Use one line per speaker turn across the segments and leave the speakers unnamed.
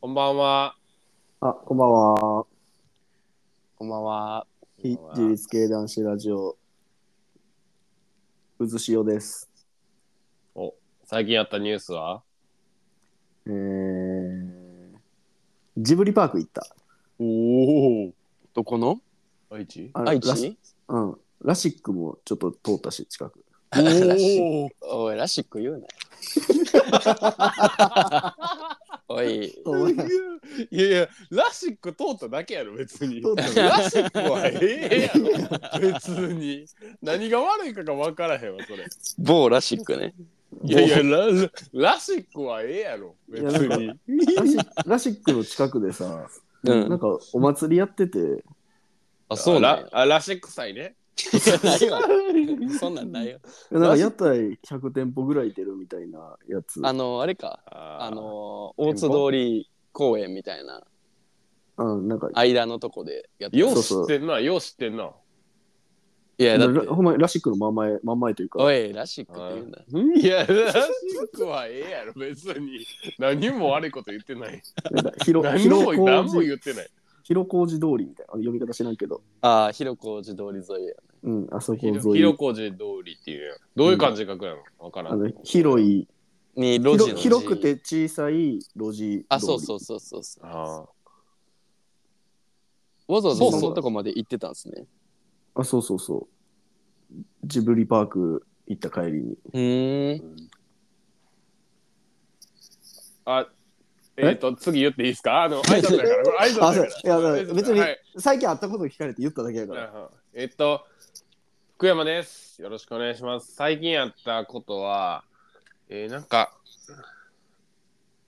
こんばんは。
あ、こんばんは。
こんばんは。
非自立系男子ラジオ、うずしおです。
お、最近やったニュースは
えー、ジブリパーク行った。
おお。
どこの
愛知
あ
愛
ラシ
知
うん。ラシックもちょっと通ったし、近く。
おお。
おい、ラシック言うなよ。おい、
いやいや、ラシック通っただけやろ、別に。
通っただけ
ラシックはええやろ、別に。何が悪いかが分からへんわ、それ。
某ラシックね。
いやいや、ララシックはええやろ、別
いや
に。
ラシラシックの近くでさ、
うん
なんかお祭りやってて、
あ、
ラあラシック祭ね。
ないわ。そんなんないよ。
なんか屋台100店舗ぐらい出るみたいなやつ。
あの、あれか。
あ
あ
の、
の、大津通り公園みたいな、
うん、なんか、
間のとこでやって
よう
る。
知ってんな、よう知ってんな。
いや、だって
ラ、ほんまにラシックの真ん前、真ん前というか、
おい、ラシックって言うんだ。
いや、ラシックはええやろ、別 に。何も悪いこと言ってない。
広
何も
広
何も
小路
言ってない。
広小路通りみたいな、あの読み方知らんけど、
ああ、広小路通り沿いや。
うん、あそこ沿い。
広小路通りっていうやんどういう感じ書くやろわから
あ
ん。
の広い
に、路
広
地の字
広く。て小さい路地
あ、そうそううそうそうそう。
あ
わざ
そ
わざ
うそう
そのとこまで行ってたんですね。
あそうそうそうジブリパーク行った帰りに
うーん。
あ。あ、えっ、と、次言っていいですかあの、挨拶だから、こ れ挨拶だから。
あそういや
挨拶だから
別に
はい
最近会ったこと聞かれて言っただけやから
えっと、福山です。よろしくお願いします。最近やったことは、えーなんか、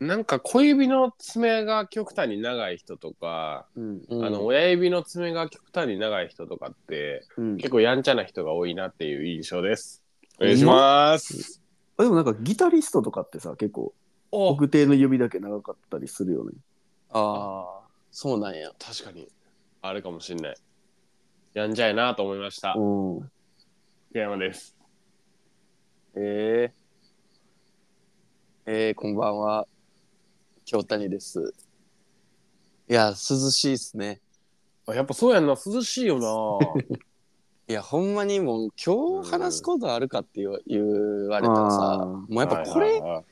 なんか小指の爪が極端に長い人とか、
うん
うん
あの、親指の爪が極端に長い人とかって、
うん
結構やんちゃな人が多いなっていう印象です。お願いします。
あでもなんかギタリストとかってさ結構
お
特定の指だけ長かったりするよね
ああ、そうなんや。
確かに、あれかもしんない。やんちゃいなと思いました。
うん
福山です。
えー、えー、こんばんは。京谷です。いや、涼しいっすね。
あやっぱそうやんな、涼しいよな。
いや、ほんまにもう今日話すことあるかって言わ言われたら
あ
さ、
ー
もうやっぱこ
はい
れ、
はいはい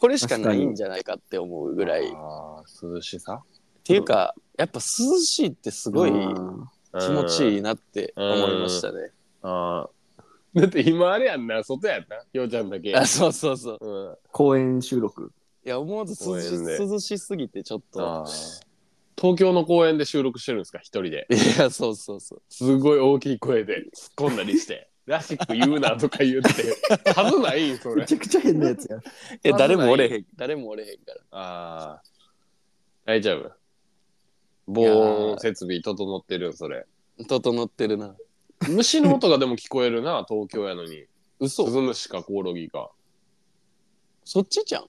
これしかないんじゃないかって思うぐらい。っ
あー涼しさ
ていうか、やっぱ涼しいってすごい
うん
気持ちいいなって
うん
思いましたね。
あーだって今あれやんな外やんなひょうちゃんだけ
あ、そうそうそう。
うん
公演収録
いや、思わず涼
公園で
し涼しすぎてちょっと。
あー東京の公園で収録してるんですか一人で
いや、そうそうそう。
すごい大きい声で突っ込んだり して「ラシック言うな」とか言ってはずないそ
め
れ
ちゃくちゃ変なやつや
いや、誰もおれへん、誰もおれへんから。
ああ大丈夫防音設備整ってるよそれ
整ってるな。
虫の音がでも聞こえる な東京やのにス
嘘
ズムシかコオロギか
そっちじゃん。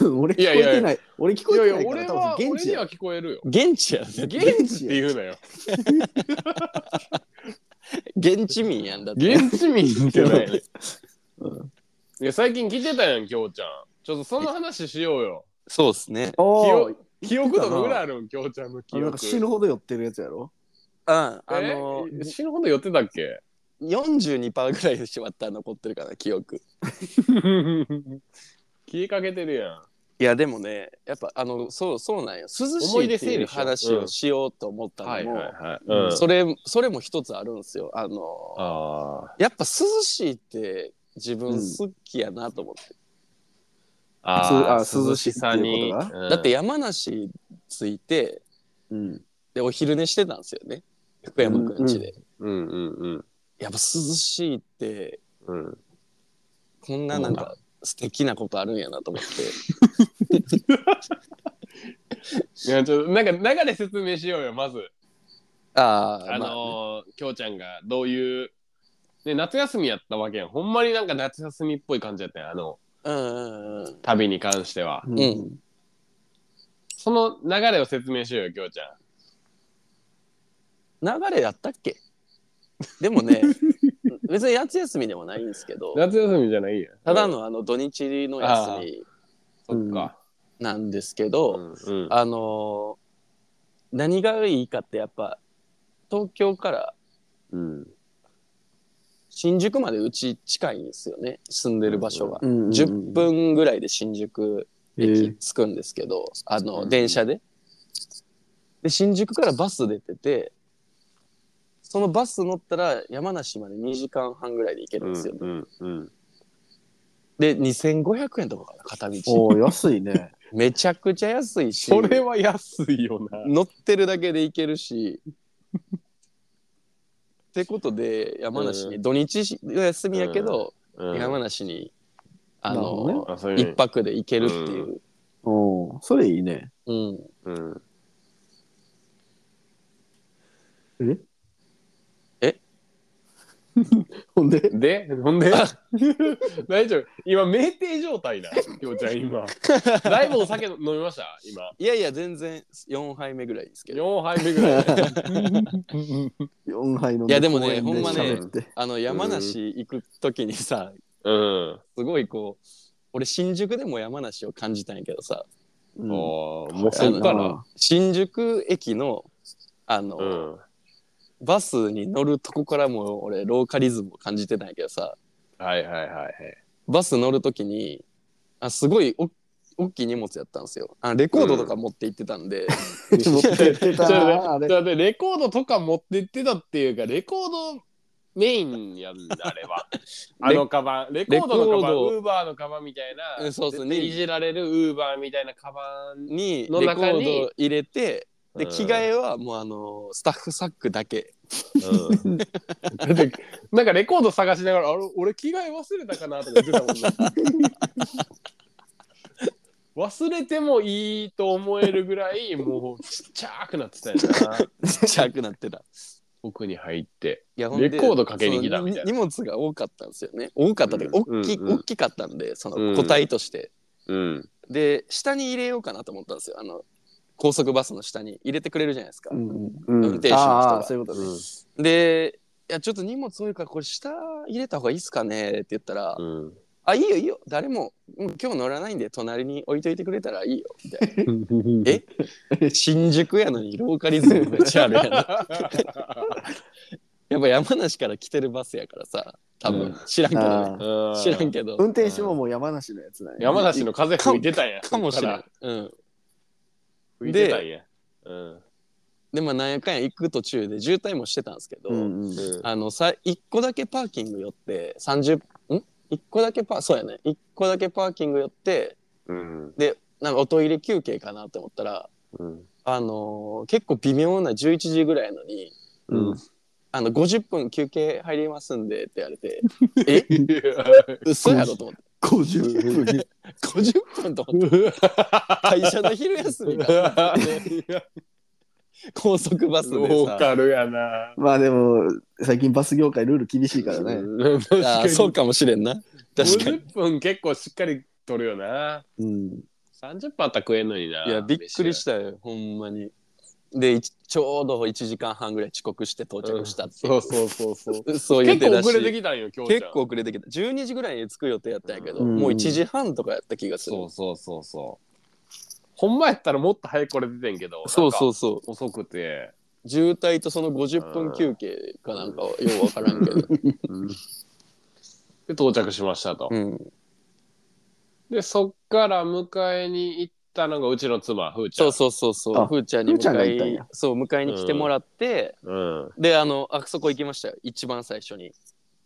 俺聞こえてない俺聞こ
いや
え
いや
てないか
俺
ら
は
多分現
俺
地
に
や
は聞こえるよ
現地や
や
ん。
現地って言うなよ
現地民やんだっ て。
現地民じゃないね。
うん
いや最近来てたやん、きょうちゃん。ちょっとその話しようよ。
そうっすね。
あ
記
ー
憶記憶度のぐらいあるん、きょうちゃんの記
あなん
憶
か。死ぬほど寄ってるやつやろ
うん。あ
あ
の
の、死ぬほど寄ってたっけ
42%ぐらいでしまったら残ってるかな、記憶。
消えかけてるやん。
いや、でもね、やっぱ、あの、そう、そうなんよ。涼し
思い
い
出
って
整
い
理
う
しよう
話をしようと思ったのも、
はい。
それ、それも一つあるんですよ。あの、
あー
やっぱ涼しいって自分好きやなと思って。
あ
すあ
ー、涼しさに。
涼しいっていうこ
だって山梨着いて、
うん
で、お昼寝してたんですよね。福山くんちで。
うんうんうん
やっぱ涼しいって
うん。
こんななんか素敵なことあるんやな と思って
いや、ちょっと、なんか流れ説明しようよ、まず。
ああ
あのー、きょうちゃんがどういう、ね、夏休みやったわけやん。ほんまになんか夏休みっぽい感じやったやん、あの、
うんうんうん
旅に関しては。
うんん、
その流れを説明しようよ、きょうちゃん。
流れやったっけで もね別に夏休みでもないんですけど
夏休みじゃないや
ただのあの土日の休み
そっか。
なんですけど、
うんうん
あのー何がいいかってやっぱ東京から
うん
新宿までうち近いんですよね住んでる場所が、
うん
10分ぐらいで新宿
えー
駅着くんですけど、あ
う
の
ん
電車でで新宿からバス出ててそのバス乗ったら山梨まで2時間半ぐらいで行けるんですよ、
うんうん
で2500円とかかな片道
おー安いね。
めちゃくちゃ安いし
それは安いよな
乗ってるだけで行けるし。ってことで山梨に、
う
土日の休みやけど、
うん
山梨にあ
なるほどね
の
あそう
一、
いう
泊で行けるって いう、
おーそれいいね。
うん
うん
え
え
ほん で
で、ほん で大丈夫今、酩酊状態だ、きょうちゃん、今。だいぶお酒飲みました今。
いやいや全然4杯目ぐらいですけど
4杯目ぐらい。
4杯の
いやでもね
公園
ほんまね
喋って
あの山梨行く時にさ
うん。
すごいこう俺新宿でも山梨を感じたんやけどさ
うん
おーもう
そっから新宿駅のあの、
うん。
バスに乗るとこからもう俺ローカリズムを感じてたんやけどさ
はいはいはいはい。
バス乗るときにあすごいお大きい荷物やったんですよあレコードとか持って行ってたんで、
持って って た
ちょっと
なあ
待って
れ
ちょっと待ってレコードとか持ってってたっていうか、レコードメインやんだ、あれは。あのカバン、 レコードのカバ
レ
ン、
コー
ウーバーのカバンみたい
え
な、
そうそう
絶対いじられるウーバーみたいなカバン
にレコ
の中に
ード入れてで
うん
着替えはもうあのスタッフサックだけ
うんだってなんかレコード探しながら「あれ俺着替え忘れたかな」とか言ってたもんな忘れてもいいと思えるぐらいもうちっちゃくなってたよな
ちっちゃくなってた。
奥に入って
いや
レコードかけに来た
その
みたいな
荷物が多かったんですよね多かったで、
うん
大きい
うんうん
大きかったんでそ
うん
の個体として、
うん
で下に入れようかなと思ったんですよあの高速バスの下に入れてくれるじゃないですか、
うんうん
うん
運転手の人
あ
が
あそういうことね
で、いや、ちょっと荷物多いから、これ下入れた方がいいっすかねって言ったら、
うん
あ、いいよいいよ、誰も、うん今日乗らないんで、隣に置いといてくれたらい いよ、みたいな。え新宿やのにローカリズムめっちゃある やん。やっぱ山梨から来てるバスやからさ、多
う
分
ん
知らんけどね。
う
知らんけど。
運転手ももう山梨のやつだね
山梨の風吹いてたんや
かもしれ
そ
な
っ
い。うん。
ら吹いてたんやうん
で、まあ、なんやかんや行く途中で渋滞もしてたんですけど、
うんうん
あのさ1個だけパーキング寄って30ん1個だけパーそうやね1個だけパーキング寄って
うん
なんかおトイレ休憩かなって思ったら
うん
あのー結構微妙な11時ぐらいなのに
うん
あの50分休憩入りますんでって言われて え嘘やろと思って
50分
50分と思って会社の昼休 みが高速バスで
ロ
さ
ーカルやな
まあでも最近バス業界ルール厳しいからね
うん確
あ
か
ー
に
そうかもしれんな確かに
50分結構しっかり取るよな
うん
30分あったら食えんのにない
やびっくりしたよほんまにでいちちょうど1時間半ぐらい遅刻して到着したっていう
うんそうそうそうそう
そういう
結
出
構
だし
遅れてきたんよ今日
結構遅れてきた12時ぐらいに着く予定やったんやけど、
うん
もう1時半とかやった気がする
そうそうそうそうほんまやったらもっと早くこれ出てんけど
そうそううそう
遅くて
渋滞とその50分休憩かなんかはようわからんけど、
で到着しましたと
うん、
でそっから迎えに行ったのがうちの妻ふーちゃ
そ
ん
うそうそうそ
あ
うふーちゃんに
ふーちゃんが
迎
行ったん
え
や
そう迎えに来てもらって、
うん
であのあそこ行きましたよ一番最初に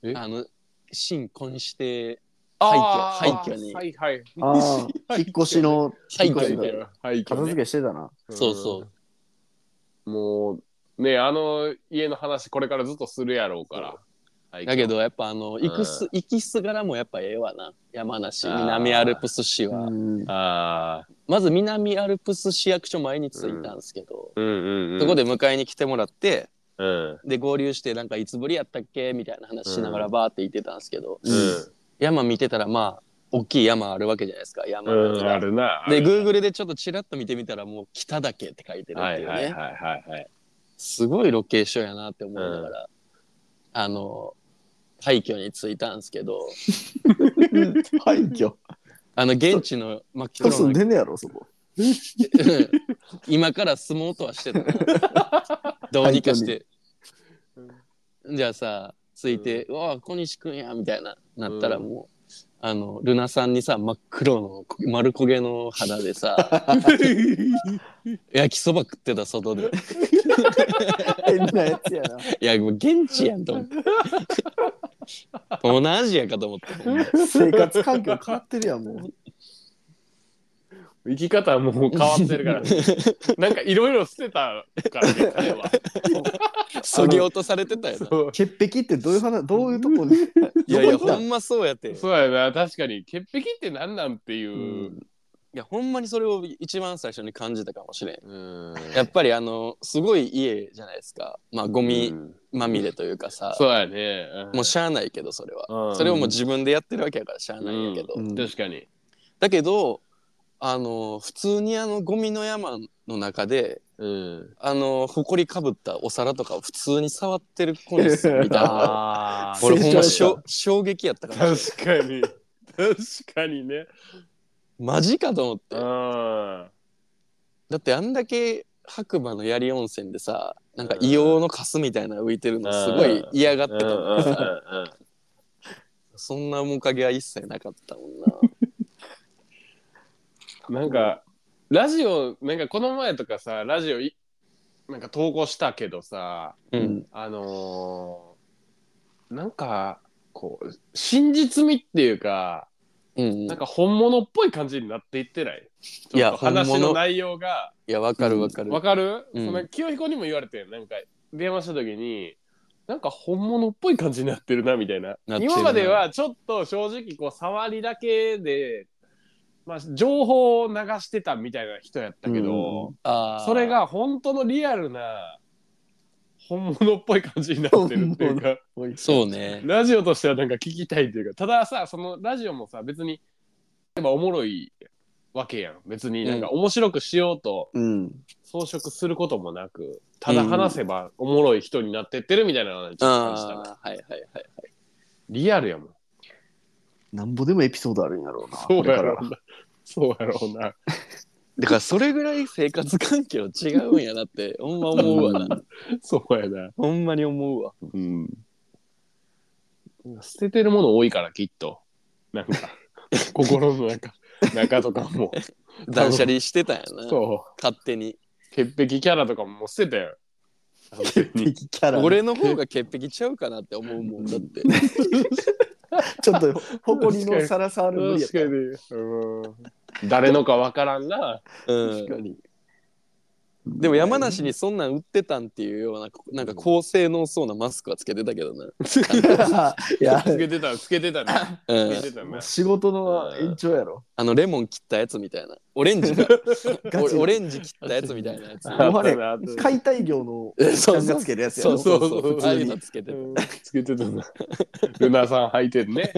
え
あの新婚して
あー
廃墟廃墟に
はいはい
ああ、引っ越しの
廃
引っ越し
墟
の
みたいな
廃墟
片
ね
付けしてたな。
そうそ
もうねあの家の話これからずっとするやろうからはい
だけどやっぱあの行くす、
う
行きすがらもやっぱええわな山梨
あー
南アルプス市は、
うん
ああ
まず南アルプス市役所前に着いたんですけど、
うんうん、うん、
そこで迎えに来てもらって
うん
で合流してなんかいつぶりやったっけみたいな話しながら
う
バーって行ってたんですけど、
うん
山見てたらまあ大きい山あるわけじゃないですか山
うん、
が、
あるなあ
で
る
グーグルでちょっとちらっと見てみたらもう北岳って書いてるっ
は
てい
いう
ね、
はいはいはいはい
すごいロケーションやなって思いながら、あの廃墟に着いたんですけど
廃墟。
あの現地の真っ
人
黒
住ん
の
でんねやろそこ
今から住もうとはしてたなどうにかしてじゃあさついて「うわあ小西君や」みたいななったら
うん
もう、あのルナさんにさ真っ黒の丸焦げの肌でさ焼きそば食ってた外で
変なやつやない
やもう現地やんと思って東南アジアかと思ってほんま
生活環境変わってるやんもう
生き方はもう変わってるから、 ね、なんかいろいろ捨てたからね彼 は
そぎ落とされてたよな
そう
潔癖ってどういう話どういうとこに
いやいや
どこ行
ほ
った
んまそうやってい
そうやな確かに潔癖って何なんっていう、
やほんまにそれを一番最初に感じたかもしれん
うん、
やっぱりあのすごい家じゃないですかまあゴミ
うん
まみれというかさ、
そうやね、ん
もうしゃあないけどそれは、
うん
それをもう自分でやってるわけやからしゃあないんやけど、
うん
確かに、
だけどあの普通にあのゴミの山の中で
うん、
あのほこりかぶったお皿とかを普通に触ってる子にさみたい な
あ
俺ほん
成長
まし
した
ょ衝撃やったから
確かに確かにね
マジかと思って
うん
だってあんだけ白馬の槍温泉でさなんか硫黄のカスみたいな浮いてるのすごい嫌がってた
うん
の
うん
に
う
さ、
ん
そんな面影は一切なかったもんな。
うんなんかラジオなんかこの前とかさラジオいなんか投稿したけどさ
う、
うんん
あのーなんかこう真実味っていうか
うん、
なんか本物っぽい感じになっていってない
いや
ちょっと話
本
の
物
内容が
いやわかるわかる、
わかる、
うん
その清彦にも言われてんなんか電話した時になんか本物っぽい感じになってるなみたいな
なってるな
今まではちょっと正直こう触りだけで、まあ、情報を流してたみたいな人やったけど、
あー
それが本当のリアルな本物っぽい感じになってるっていうか
おい
そうね
ラジオとしてはなんか聞きたいっていうかたださそのラジオもさ別に例えばおもろいわけやん別になんか面白くしようと
うん
装飾することもなくただ話せばおもろい人になってってるみたいなのをちょっと感じたな
あーはいはいはい
リアルやもん
なんぼでもエピソードあるんやろうな
そうや
これ
ろ
か
うなそうやろうな
だからそれぐらい生活環境違うんや なってほんま思うわな
そうやな
ほんまに思うわ
らうん
捨ててるもの多いからきっとなんか心の中中とかも
断捨離してたんやな
そ
勝手に
う潔癖キャラとかももう捨てたよ完全に
敵キャラ
俺の方が潔癖ちゃうかなって思うもんだ って
ちょっと誇りのさらさある無理や
確
った
かにうん誰のかわからんな
うん
に
でも山梨にそんなん売ってたんっていうようななんか高性能そうなマスクはつけてたけどな、
いや
つけてたつけてたね
う
つけて
ん、
たね
仕事の延長やろ
あのレモン切ったやつみたいなオレンジが
ガチ
オオレンジ切ったやつみたいなやつ
もうあれ
あったな
解体業の
えそ
さ
うそうん
がつけるやつや
そ
ろ
うそうそう
そうそう
ああいうのつけてた
うんつけてたな。ルナさん履いてん ね。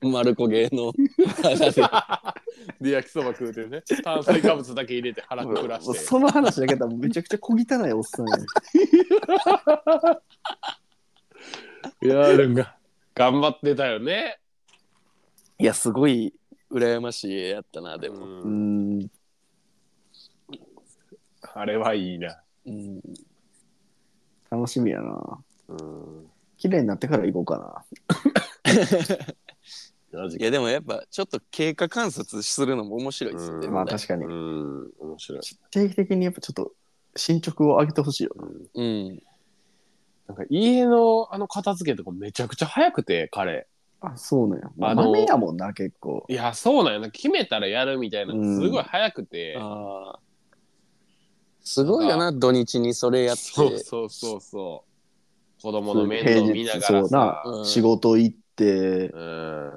丸焦げの
で、焼きそば食うてね。炭水化物だけ入れて腹
もう
くらして。
その話だけだもうめちゃくちゃ小汚いおっさんやん
いやー、なんか、頑張ってたよね。
いやすごい羨ましい絵やったなで
う
も、
うんん
あれはいいな。
うん、
楽しみやな
うん。
綺麗になってから行こうか
マジ
いやでもやっぱちょっと経過観察するのも面白いですよね、
う
なんまあ確かに
うん、面白い。
定期的にやっぱちょっと進捗を上げてほしいよ
うん、
なんか家のあの片付けとかめちゃくちゃ早くて、彼。
あそうなんやまあ
あの
豆やもんな結構
いや、そうなんやな。決めたらやるみたいな、
うん
すごい早くて。
あーすごいよな土日にそれやって
そうそうそうそう。子供の面倒見なが
平
ら
日そう
さ
な。
うん
仕事行って
う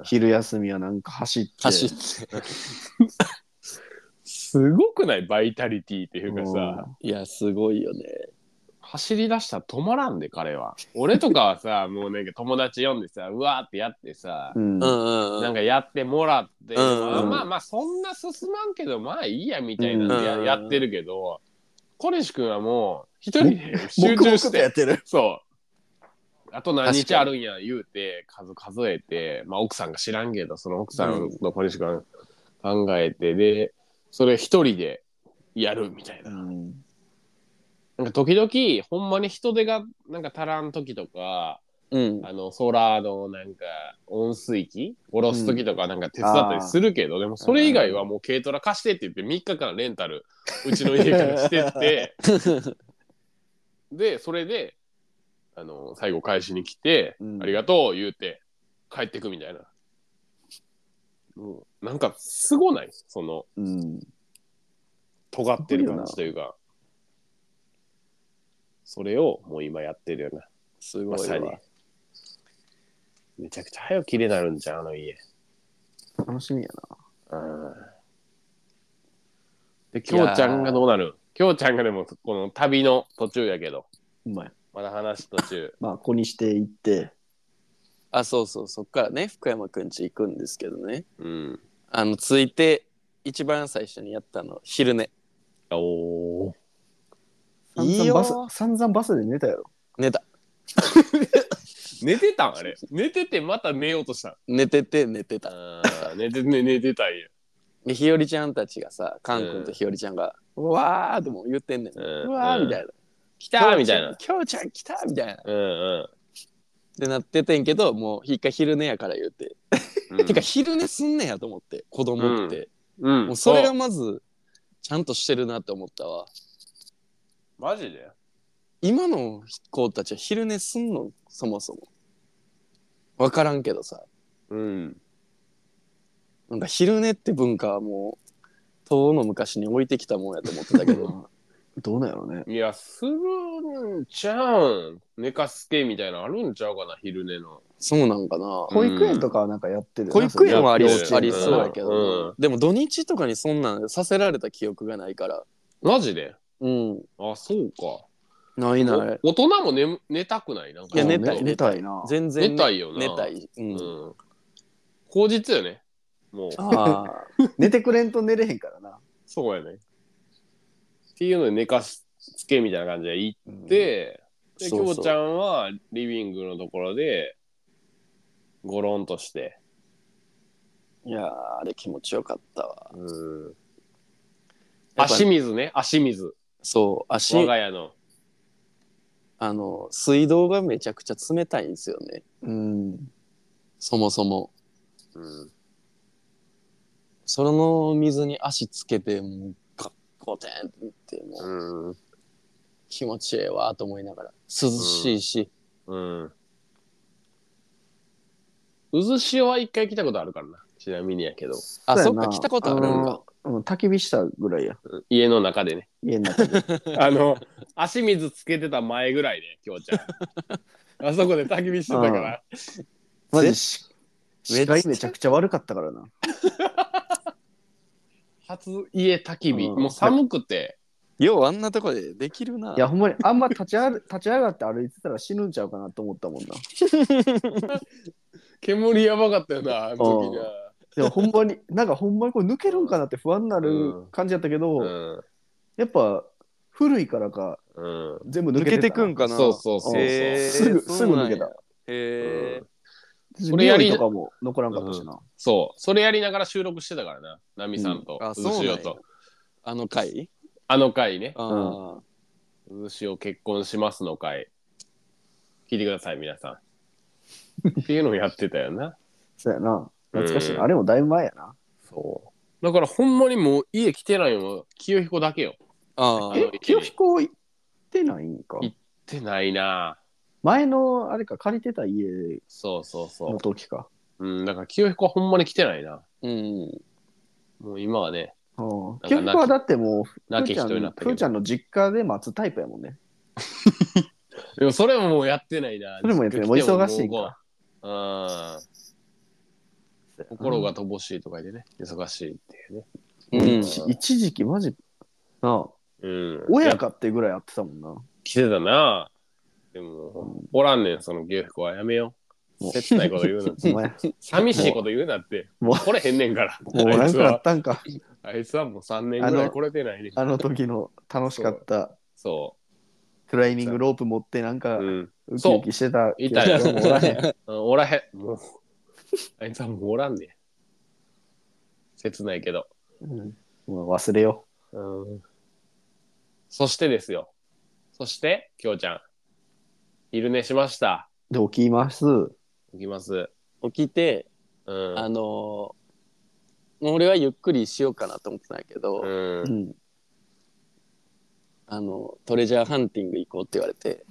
ん
昼休みはなんか走って
走って
すごくないバイタリティっていうかさ、
うん
いやすごいよね
走り出したら止まらんで彼は俺とかはさ もうなんか友達呼んでさうわーってやってさ、
うん
うんうんう
なん
ん
かやってもらって、
うんうん
まあまあまあそんな進まんけどまあいいやみたいな
う
の
ん
や,、
うん
やってるけど小西君はもう一人で集
黙
中
々
し
と
て
やってる
そあと何日あるんや言うて数数えて、まあ、奥さんが知らんけどその奥さんの小西君考えて、でそれ一人でやるみたいな。
うん
なんか時々ほんまに人手がなんか足らん時とか
うん。
あのソーラーのなんか温水器下ろす時とかなんか手伝ったりするけど、でもそれ以外はもう軽トラ貸してって言って3日間レンタルうちの家からしてってでそれであの最後返しに来て、
うん
ありがとう言うて帰ってくみたいな。もうなんかすごないその
うん
尖ってる感じというかそれをもう今やってるよな
すご
ま
い
さに
わ。
めちゃくちゃ早起きれなるんじゃんあの家
楽しみや
うんできょうちゃんがどうなるきょうちゃんがでもこの旅の途中やけど
な。うまい。
まだ話途中
まあ、小にして行って、
あ、そうそう、そっからね、福山くんち行くんですけどね。
うん
あの、ついて、一番最初にやったの、昼寝。
おお
散
いい
々
よ
バス、散々バスで寝たやろ。
寝た。
寝てたんあれ寝ててまた寝ようとした
寝てて、寝てた。
あー寝て寝寝てたんや、
で、ひよりちゃんたちがさ、カン君とひよりちゃんが、うわーでも言ってんねん。
うん
うわーみたいな。
来たーみたいな
きょうちゃんきょうちゃん来たみたいな。っ
うんうん
てなっててんけど、もう一回昼寝やから言うて。
うん
てか昼寝すんねんやと思って、子供って。
うん
もうそれがまず、ちゃんとしてるなって思ったわ。
マジで
今の子たちは昼寝すんのそもそも。わからんけどさ。
うん
なんか昼寝って文化はもう、遠の昔に置いてきたもんやと思ってたけど。
どうなんやろうね。
いや、するんちゃうん。寝かすけみたいなのあるんちゃうかな、昼寝の。
そうなんかな。
保育園とかはなんかやってるよ
保
な
育園はあり
やってる
ありそうやけど、
うん
でも土日とかにそんなんさせられた記憶がないから。
マジで
うん。
あ、そうか。
ないない。
お大人も寝寝たくないなんか
いや
そう
寝たい
寝たいな。
全然
寝たいよな。
寝た。い、
う
う
んん。口実よね。もう、
ああ
寝てくれんと寝れへんからな。
そうやね。っていうので寝かしつけみたいな感じで行
うん
って、で、き
そう
ょ
そう
うちゃんはリビングのところで、ゴロンとして。
いやーあれ気持ちよかったわ
うん。
やっぱ
足水ね、足水。
そう足
我が家の。
あの水道がめちゃくちゃ冷たいんですよね
うん。
そもそも
うん。
その水に足つけてもうガッゴテンってってもう
うん。
気持ちええわと思いながら涼しいし、
うん。渦潮は一回来たことあるからな。ちなみにやけど。
あ
うや
そっ
な
か来たことあるんか。
あのうん焚き火したぐらいや。
家の中でね。
家の 中で。
あの、 足水つけてた前ぐらいで、きょうちゃ ん。あそこで焚き火してたから。
マジし視
めっちゃ
界めちゃくちゃ悪かったからな。
初家焚き火。
うん
もう寒くて。
ようあんなとこでできるない
や、ほんまにあんま立ちある立ち上が って歩いてたら死ぬんちゃうかなと思ったもんな。
煙やばかったよな、あの時が。
でもほんまに、なんかほんまにこれ抜けるんかなって不安にな
う
る
ん
感じやったけど、
うん。
やっぱ古いからか
うん。
全部抜け
抜
て
け
た
てくんかな
そうそうそうそう。
へー
すぐすぐ
そうな
抜
ん
け
や
た。
へえ、
それやり
匂いとかも残らんかったしな。
そう。それやりながら収録してたからな。ナミさんと
うんあ、
渦
そうなん
潮
や
と。
あの回
あの回ね。
あ
ん
ー
渦潮結婚しますの回聞いてください皆さんっていうのをやってたよな
そうやな。懐かしいな、
うん
あれもだいぶ前やな。
そうだからほんまにもう家来てないの清彦だけよ
あー
え
え、清彦行ってないんか。
いってないな
前のあれか、借りてた家
そうそうそ
の時か。
ううんだから清彦はほんまに来てないな
うん
もう今はね
うん
なんか
清彦はだってもう、ふ
亡
ー
き
ちゃ
人
ん
になったけど
ふーちゃんの実家で待つタイプやもんね。
でもそれももうやってないな
それもやってない
実家来
もう忙しいか
もううん心が乏しいとか言ってね忙しいっていうね
うん
一一時期マジ、なあ
うん
親かってぐらいやってたもんな。
来てたなでもおらんねんその清彦はやめよう
もう
切ないこと言う な
お前、
寂しいこと言うなって。
もう
これへんねんから。
もう
あ
ないん
つ
かあっ
は、
たんか。
あいつはもう3年ぐら
あ
い
の
これてないねん。
あの時の楽しかった
そ
クライミングロープ持ってなん
う。
か
うん。
ウキ
そう
ウキしてた
いたよ
記憶はもうおらへん
うんおらへん。もう、あいつはもうおらんね。切ないけど。
うん もう忘れよ
うん。そしてですよ。そして、きょうちゃん。昼寝しました。
う。で、起きます。
いきます。
起きて、
うん。
あのーもう俺はゆっくりしようかなと思ってたんやけど、
うん
う。 ん。
あのトレジャーハンティング行こうって言われて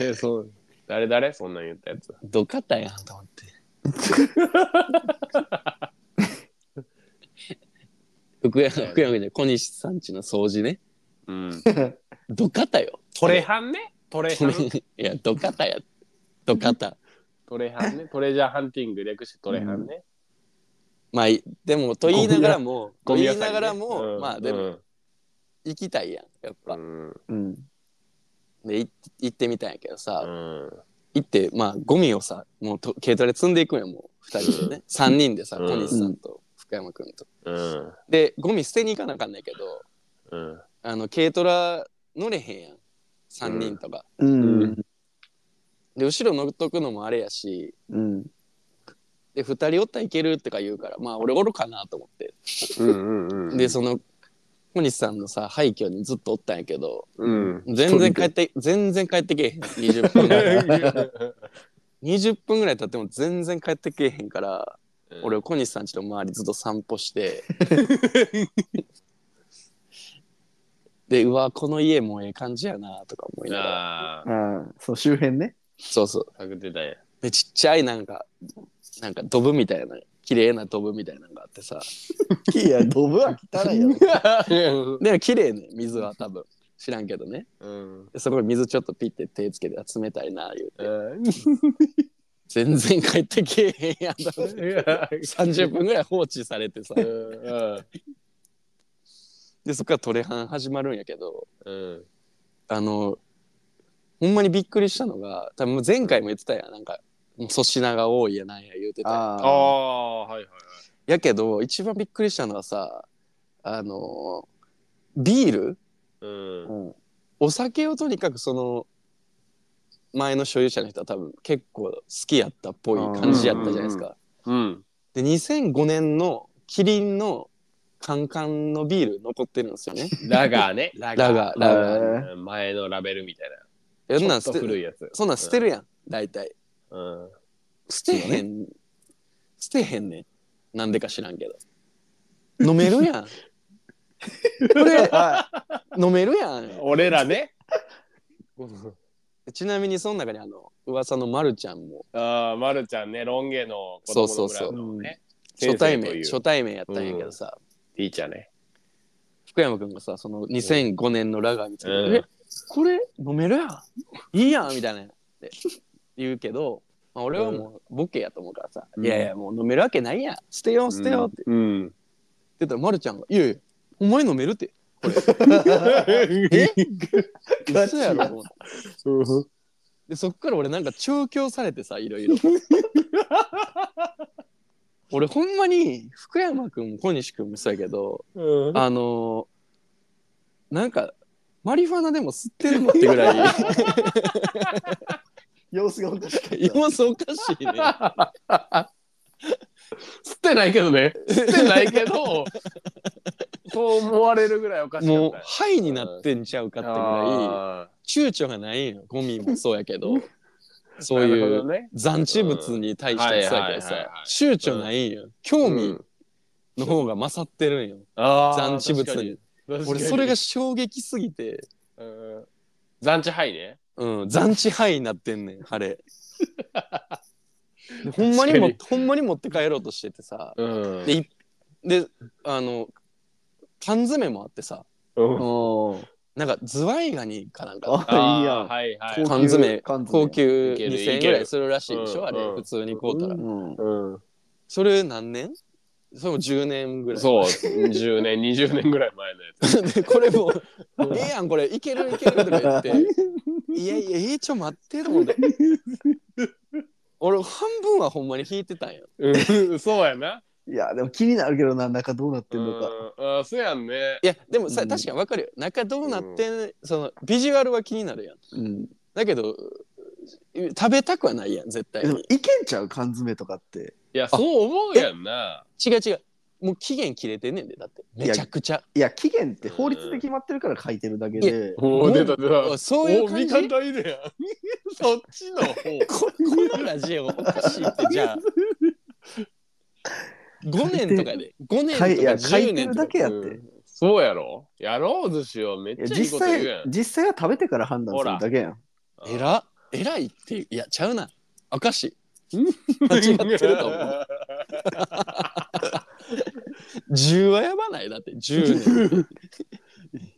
えーそう。誰誰そんなん言ったやつ。
どかたやんと思って。福山福山君じゃない小西さんちの掃除ね
うん。
どかたよ
トレハンね。トレハン。
いやどかたやどかた
トレハンね。トレジャーハンティング略してトレハンね。
まあでもと言いながらも と
ゴミ屋
言い
さんね
ながらも、
うん
まあでも、
うん
行きたいやんやっぱ、
うん。
うん。
でい行ってみたんやけどさ、
うん
行ってまあゴミをさもうと軽トラで積んでいくんやもう2人でね3人でさ
うん
小西さんと福山君と、
うん。
でゴミ捨てに行かなあかんねんけど
うん。
あの軽トラ乗れへんやん3人とか、
うん。
で後ろ乗っとくのもあれやし
うん。
で2人おったらいけるとか言うからまあ俺おるかなと思って、
うんうんうん。
でその小西さんのさ廃墟にずっとおったんやけど
うん。
全然帰って全然帰ってけえへん20 分ぐらい20分ぐらい経っても全然帰ってけえへんから俺小西さんちの周りずっと散歩して でうわこの家もええ感じやなとか思いながら
なあ
ああ、そう、周辺ね。
そうそう
探ってたんや
でちっちゃいなんかなんかドブみたいな綺麗なドブみたいなのがあってさ
いや、ドブは汚いやろ。
でも綺麗ね水は多分知らんけどね
うん
でそこに水ちょっとピッて手つけて集めたいな言う
う
て
ん
全然帰ってけえへんやんと思って
いや
30分ぐらい放置されてさ
うん
でそっからトレハン始まるんやけど、
うん
あのほんまにびっくりしたのが多分前回も言ってたやんなんかもう粗品が多いやなんや言うてたやん
あ
ああ。
あはいはいはい
やけど一番びっくりしたのはさあのビール
うん
うん。
お酒をとにかくその前の所有者の人は多分結構好きやったっぽい感じやったじゃないですか。
うん
で2005年のキリンのカンカンのビール残ってるんです よね。
ラガーねラ
ラガーラガー。
ー
うん前のラベルみたいな
そんなん
ちょ
捨
っと古
て
いやつ
そんなん捨てるやん大体。
うん
捨てへん、捨てへんねんなんでか知らん けど飲めるやんこ れ
は
飲めるやん
俺ら ね
ちなみにその中にあの噂のまるちゃんも
ああまるちゃんねロン毛の子供の村のね
初対
先生とい
面
う
初対面やったんやけどさ、
ティーチャーね
福山君がさその2005年のラガー見つけて、
うん
えこれ飲めるやんいいやんみたいなって 言うけど、まあ、俺はもうボケやと思うからさ、
うん
いやいやもう飲めるわけないやん捨てよう捨てようって
うん
言ってたらまるちゃんが「いやいやお前飲めるって え嘘やろ」と思ってでそっから俺なんか調教されてさ いろいろ俺ほんまに福山君も小西君もそうやけど
うん
あのーなんかマリファナでも吸ってるのって ぐらい
様子がおかしかっ
様子おかしいね
吸ってないけどね吸ってないけど そう思われるぐらいおかしかった
もうハイになってんちゃうかってぐら
あ
い躊躇がないんよゴミもそう やけど
ー
そう
なる
い
ほど
う
ね
残地物に対してもそうやけど
うんはいはいはい
さ
はい
躊躇ないんよ興味の方が勝ってるんよ
あー
残地物に。
確かに
俺それが衝撃すぎて、
うん残地ハイね
うん、残地範囲になってんねんあれで ほんまにも
確
ほんまに持って帰ろうとしててさ
うん
でいであの缶詰もあってさ
た。
うん
おー
なんかズワイガニかなんか
あ、いいや
あー
ん。
はいは
高
い
級
缶詰
缶詰
高級
いける
2000円
い
ぐ
け
ら
る
いするらしいでしょ、
うん
あれ、
うん
普通に買うたら、
うん。
うん
それ何年それも10年ぐらい
そう10年20年ぐらい前のやつ
でこれもう「ええやんこれいけるいける」とか言って「いやいやええちょ待って」と思って俺半分はほんまに引いてたんよ
うんそうやない
や、でも気になるけどな、中どうなっ て
うん
のか。
んあーそうやんね
いやでもさ、
うん
確かに分かるよ中どうなってん、そのビジュアルは気になるやん
うん。
だけど食べたくはないやん絶対
でも
に
いけんちゃう缶詰とかって
いやそう思うやんな
違う違うもう期限切れてんねんでだってめちゃくちゃ
いや期限って法律で決まってるから書いてるだけで
お
お
お出た出た
あそういう感じ
お味方いるやん そっちの方
ここのラジオおかしいって じゃあ5年とかで5年とか
かいいや書
10
いて
年
る
とか
だけやって、
うんそうやろやろう寿司をめっ
いや
ちゃいいこ
実
と言
際
うやん
実際は食べてから判断するだけやん
えらえらいっていやちゃうなおかしい間違ってると思う10はやばないだって10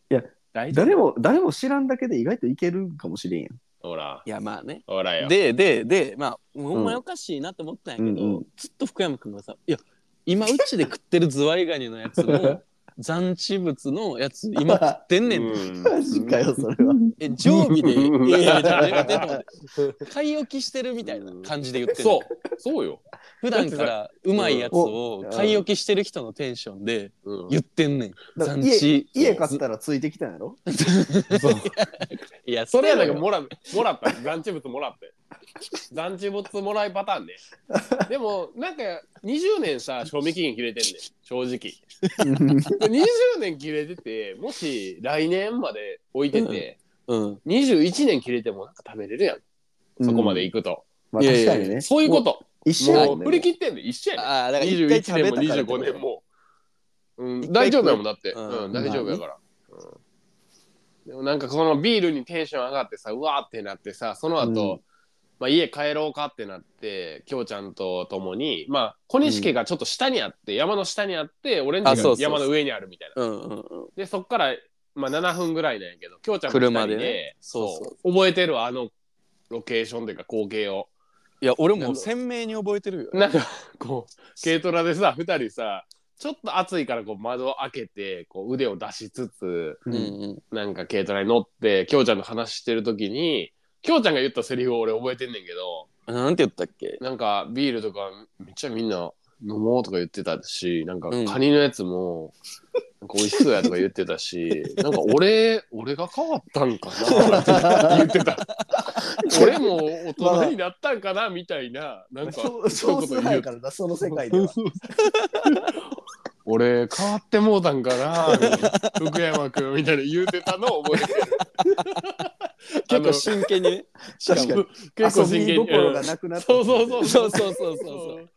年
大丈夫
誰も誰も知らんだけで意外といけるかもしれんやん
ほら
いやまあね
ほらよ
でででまあほんまにおかしいなと思ったんやけど、
うんうん
ずっと福山君がさ「いや今うちで食ってるズワイガニのやつの残地物のやつ今食ってん ねん」
うん
マジかよそれは
え常備で
うん
いやいやいやでも買い置きしてるみたいな感じで言ってる
そうそうよ、
普段からうまいやつを買い置きしてる人のテンションで
うん
言ってんねん
だから
残
家
地
家買ったらついてきたんやろ
そう
いや
それやな
だ
んかもらもらった残地物もらって残地物もらいパターンねでもなんか20年さ賞味期限切れてんねん正直20年切れててもし来年まで置いてて、
うん
21年切れてもなんか食べれるやんそこまで
い
行くと、
まあ
いやい
確
や
かにね
そういうこと
一緒
も
やも
うん
ね
振り切ってんねん一緒やねん
ああだから一回
21
食
年
べ
も
たからってこと
25年も、うん、
一回
大
食
丈
う
夫やもんだって、う
うんん
大丈夫やから、うんでもなんかこのビールにテンション上がってさうわーってなってさその後、
うん
まあ、家帰ろうかってなってきょうちゃんと共にまあ小西家がちょっと下にあって、山の下にあって俺ん
あ
ち
そ
が
うそう
山の上にあるみたいな
うんうんうん
でそっから、まあ、7分ぐらいなんやけどきょうちゃんと
車
二
で
人
ね
そう
そう
覚えてるわあのロケーションというか光景を
いや俺も鮮明に覚えてるよ
なんかこう軽トラで さ2人さちょっと暑いからこう窓を開けてこう腕を出しつつ
う
うんん
うん
なんか軽トラに乗ってきょうちゃんと話してる時にきょうちゃんが言ったセリフを俺覚えてんねんけど
なんて言ったっけ
なんかビールとかめっちゃみんな飲もうとか言ってたしなんか
うん
カニのやつもなんか美味しそうやとか言ってたし なんか俺俺が変わったんかなって 言ってた俺も大人になったんかなみたいななんか
そう少数派やからなその世界では
俺変わってもうたんかな 福山君みたいな言うてたのを覚えてるあ
結
の
構真剣にね
確かに
結構真
遊び
剣に
心がなくなった
そうそうそう
そうそうそうそうそう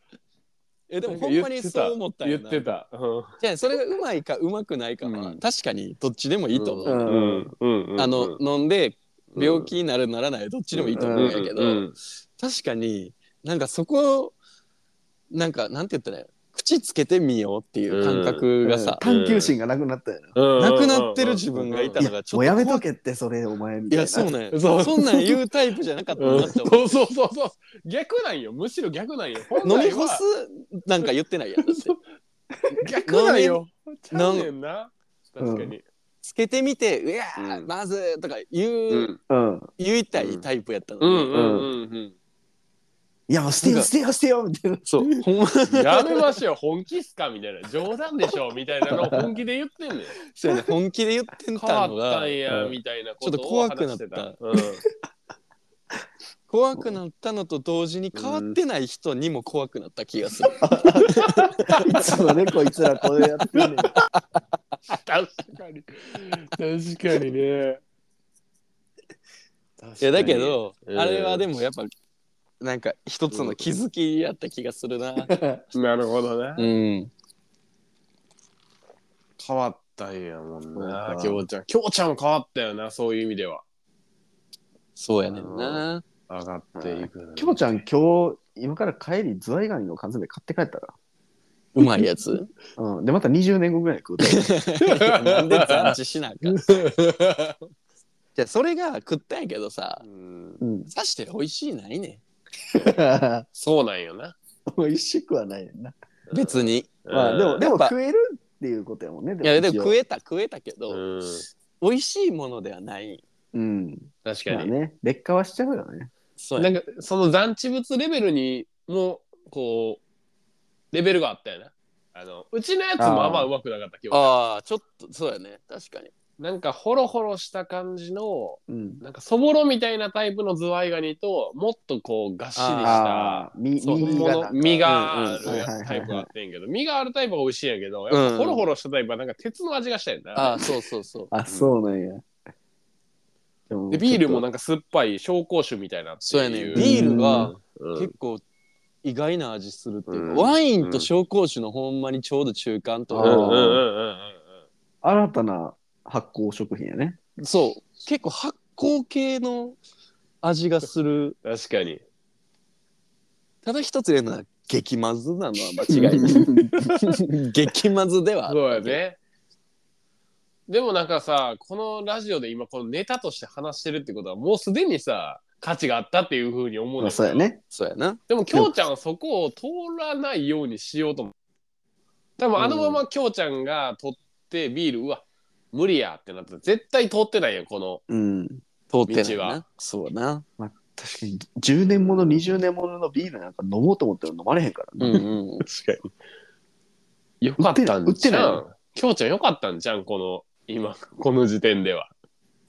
えでもほんまにそう思った
言
よ
っ
な
てたうん
じゃあそれがうまいかうまくないかは、
うん
確かにどっちでもいいと思う、
うん
うんうん
あの、飲んで病気になるならないどっちでもいいと思うんやけど、
うんうん
確かになんかそこをなんかなんて言ったらいいの口つけてみようっていう感覚がさ、
探求心がなくなったよな
うん
なくなってる自分がいた
い
の
や
がちょ
も
っ
う
と
や
怖
めとけってそれお前み
い
たいな
やそうなんや
そ
そうそんなん言うタイプじゃなかった
うん
なって思う
そうそうそうそう逆なんよむしろ逆なんよ 本
飲み
来
干
は
すなんか言ってないやんだって
逆なんよち
飲み
ゃうねんな確かに
つけてみて「うわー、
うん
まず」とか言う、
うん
うん
言いたいタイプやったの
う
に、
んうんうん
いやもう捨てよ
なんか
捨てよ捨てよみたいな
そうほんま
うんやめましょう本気っすかみたいな冗談でしょみたいなのを本気で言 ってんねん
そうやね本気で言ってん
変わ
た
っ
の
た
が
んや
うん
みたいなこと
ちょっと
を
怖くな
話
っ
したてた。
怖くなったのと同時に変わってない人にも怖くなった気がする、
いつもねこいつらこうやってんねん
確かに確かにね。
いやだけど、
うん
あれはでもやっぱなんか一つの気づきやった気がするな
なるほどね、
うん
変わったんやもんな
そうか
きょうちゃんきょうちゃんも変わったよなそういう意味では
そうやねんな
上がっていくのに
きょうちゃん今日今から帰りズワイガニの缶詰買って帰ったら、
うまいやつ
うん、でまた20年後ぐらいに食うて
なんで残地 しなあかんじゃあそれが食ったんやけどさ
うん
うん
刺して美味しいないね
そうなんよな、
美味しくはないやんな、
ん別に
まあでもでも
やっぱ
食えるっていうことやもんね
いやでも食
え
えた食えたけ
う
ど、
ん、うん
美味しいものではない
うん
確か
まあ
に、
ね劣化はしちゃうよね
そうや
なんかその残地物レベルにもこうレベルがあったよなあのうちのやつもあんまうまくなかったけど
ああちょっとそうやね確かに
なんかホロホロした感じの
うん。
なんかそぼろみたいなタイプのズワイガニともっとこうがっしりした
あー、み
そう
右
本
が
物
なんか
身があ
うんうん
はい
る
はいはいはい
タイプがあってんけど身があるタイプは美味しいんやけど
うん
やっぱホロホロしたタイプはなんか鉄の味がしたやん
あ
な
あ、そうそうそう。
あ、そうなんや。でも
でビールも
ちょっ
なんか酸っぱい紹興酒みたいなっていう
そうやねん。
ん
ビールが
うん
結構意外な味するっていう
うん
か、ワインと紹興酒のほんまにちょうど中間
うんうんうん
と、
うんうん
と新たな発酵食品やね。
そう、結構発酵系の味がする。
うん確かに
ただ一つ言えるのは、激まずなのは間違いな い。激まずではある。
そうやねでもなんかさこのラジオで今このネタとして話してるってことはもうすでにさ価値があったっていうふうに思うん
まあ
だ
そうやね。
そうやな。
でもきょうちゃんはそこを通らないようにしようと思う多分あのままきょうちゃんが取ってビールうわ無理やってなったら絶対通ってないよこの
うん。
通ってない
道は
な。そうやな。
確かに10年もの20年もののビールなんか飲もうと思っても飲まれへんから
う
ね。
んうん。
確かによかったん
売って
じ
ない
ゃ
売って
んきょうちゃんよかったんじゃんこの今この時点では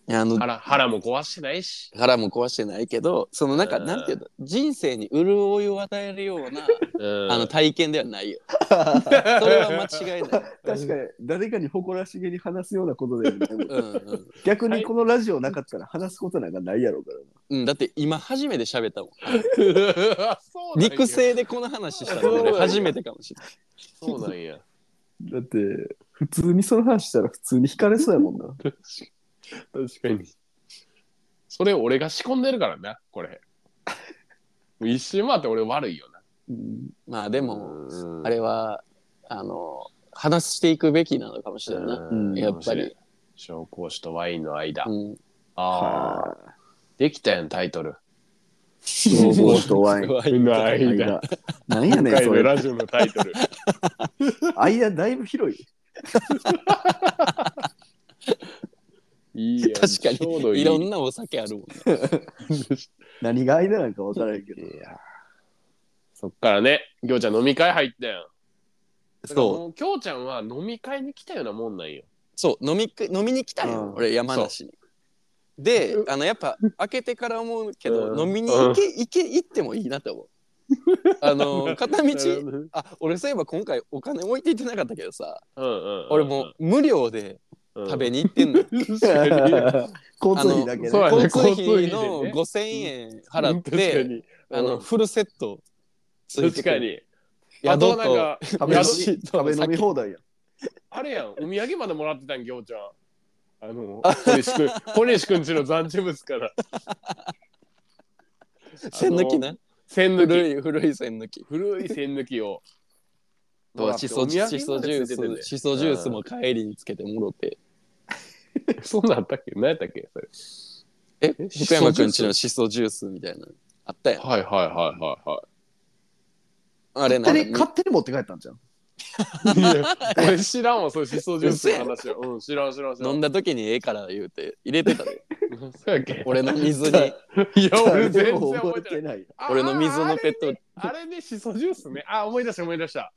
い
や、あの、
腹腹も壊してないし
腹も壊してないけど、そのなんか、
うん
なんていうの、人生に潤いを与えるような、
うん
あの体験ではないよ。
確
それは間違いない。
かに誰かに誇らしげに話すようなことで、
うんうん
逆にこのラジオなかったら話すことなんかないやろうからな。
うん、だって今初めて喋ったもん。
そうなんや
陸声でこの話した
そう
の
なん
俺
や
初めてかもしれない。
そうなんや
だって普通にその話したら普通に惹かれそうやもんな。
確かにそれ俺が仕込んでるからなこれもう一周回って俺悪いよな
うん
まあでも、
うん
あれは、あの、話していくべきなのかもしれないな。
うん
やっぱり。
紹興酒とワインの間、
うん、
ああ
は
できたやんタイトル
紹興酒とワイン
ない
い間。なんやねん、それ。
ジオのタイトル
間だいぶ広い。
いいやん
確か
ちょうど
に
いい
いろんなお酒あるもんね。
何が間なんか分からへんけど。
そっからねきょうちゃん飲み会入ったやん
そう
うきょうちゃんは飲み会に来たようなもんなんよ
そう飲みく飲みに来たよ、
うん
俺山梨に。であのやっぱ開けてから思うけど、
うん
飲みに行け行け行ってもいいなと 思う。あの片道
うん
あ俺そういえば今回お金置いていってなかったけどさ
うん
俺もう無料で
うん
食べに行って んのよ。
確
交
かに
通費だ
あの
けね
そうやね
交通
交
費
通費
の
でね
5000円払っ
確か
て、
に
あのフルセットつい
確
てく
か
る
にあ
宿
となん
と
か
食べ飲み
宿
食べ飲み放題やん。
あれやんお土産までもらってたんきょうちゃんあの小西君小西君ちの残地物から
栓抜きな
栓抜き
古い古い栓抜き
古い栓抜き をもら
と
って
しそ
お
ジ
土
ュ
産
ー
まで
ス
つ
しそジュースも帰りにつけてもろて
いててそんなんあったっけ何やったっけそ れ
え
えシソ
福山くんちのしそジュースみたいなのあったやん
はいはいはいはいはい
あれな
勝手に勝手に持って帰ったんじゃん。
いや俺知らんわ、そういう思想ジュースの話を。うん、知らん知らん知らん。
飲んだ時にええから言うて入れてた で
そうやっけ
俺の水 に
いや、俺全然
誰も
覚
覚
えて
え
ない。
てない。
あ
俺の水のペット
あれね、しそジュースね。あ、思い出した思い出した。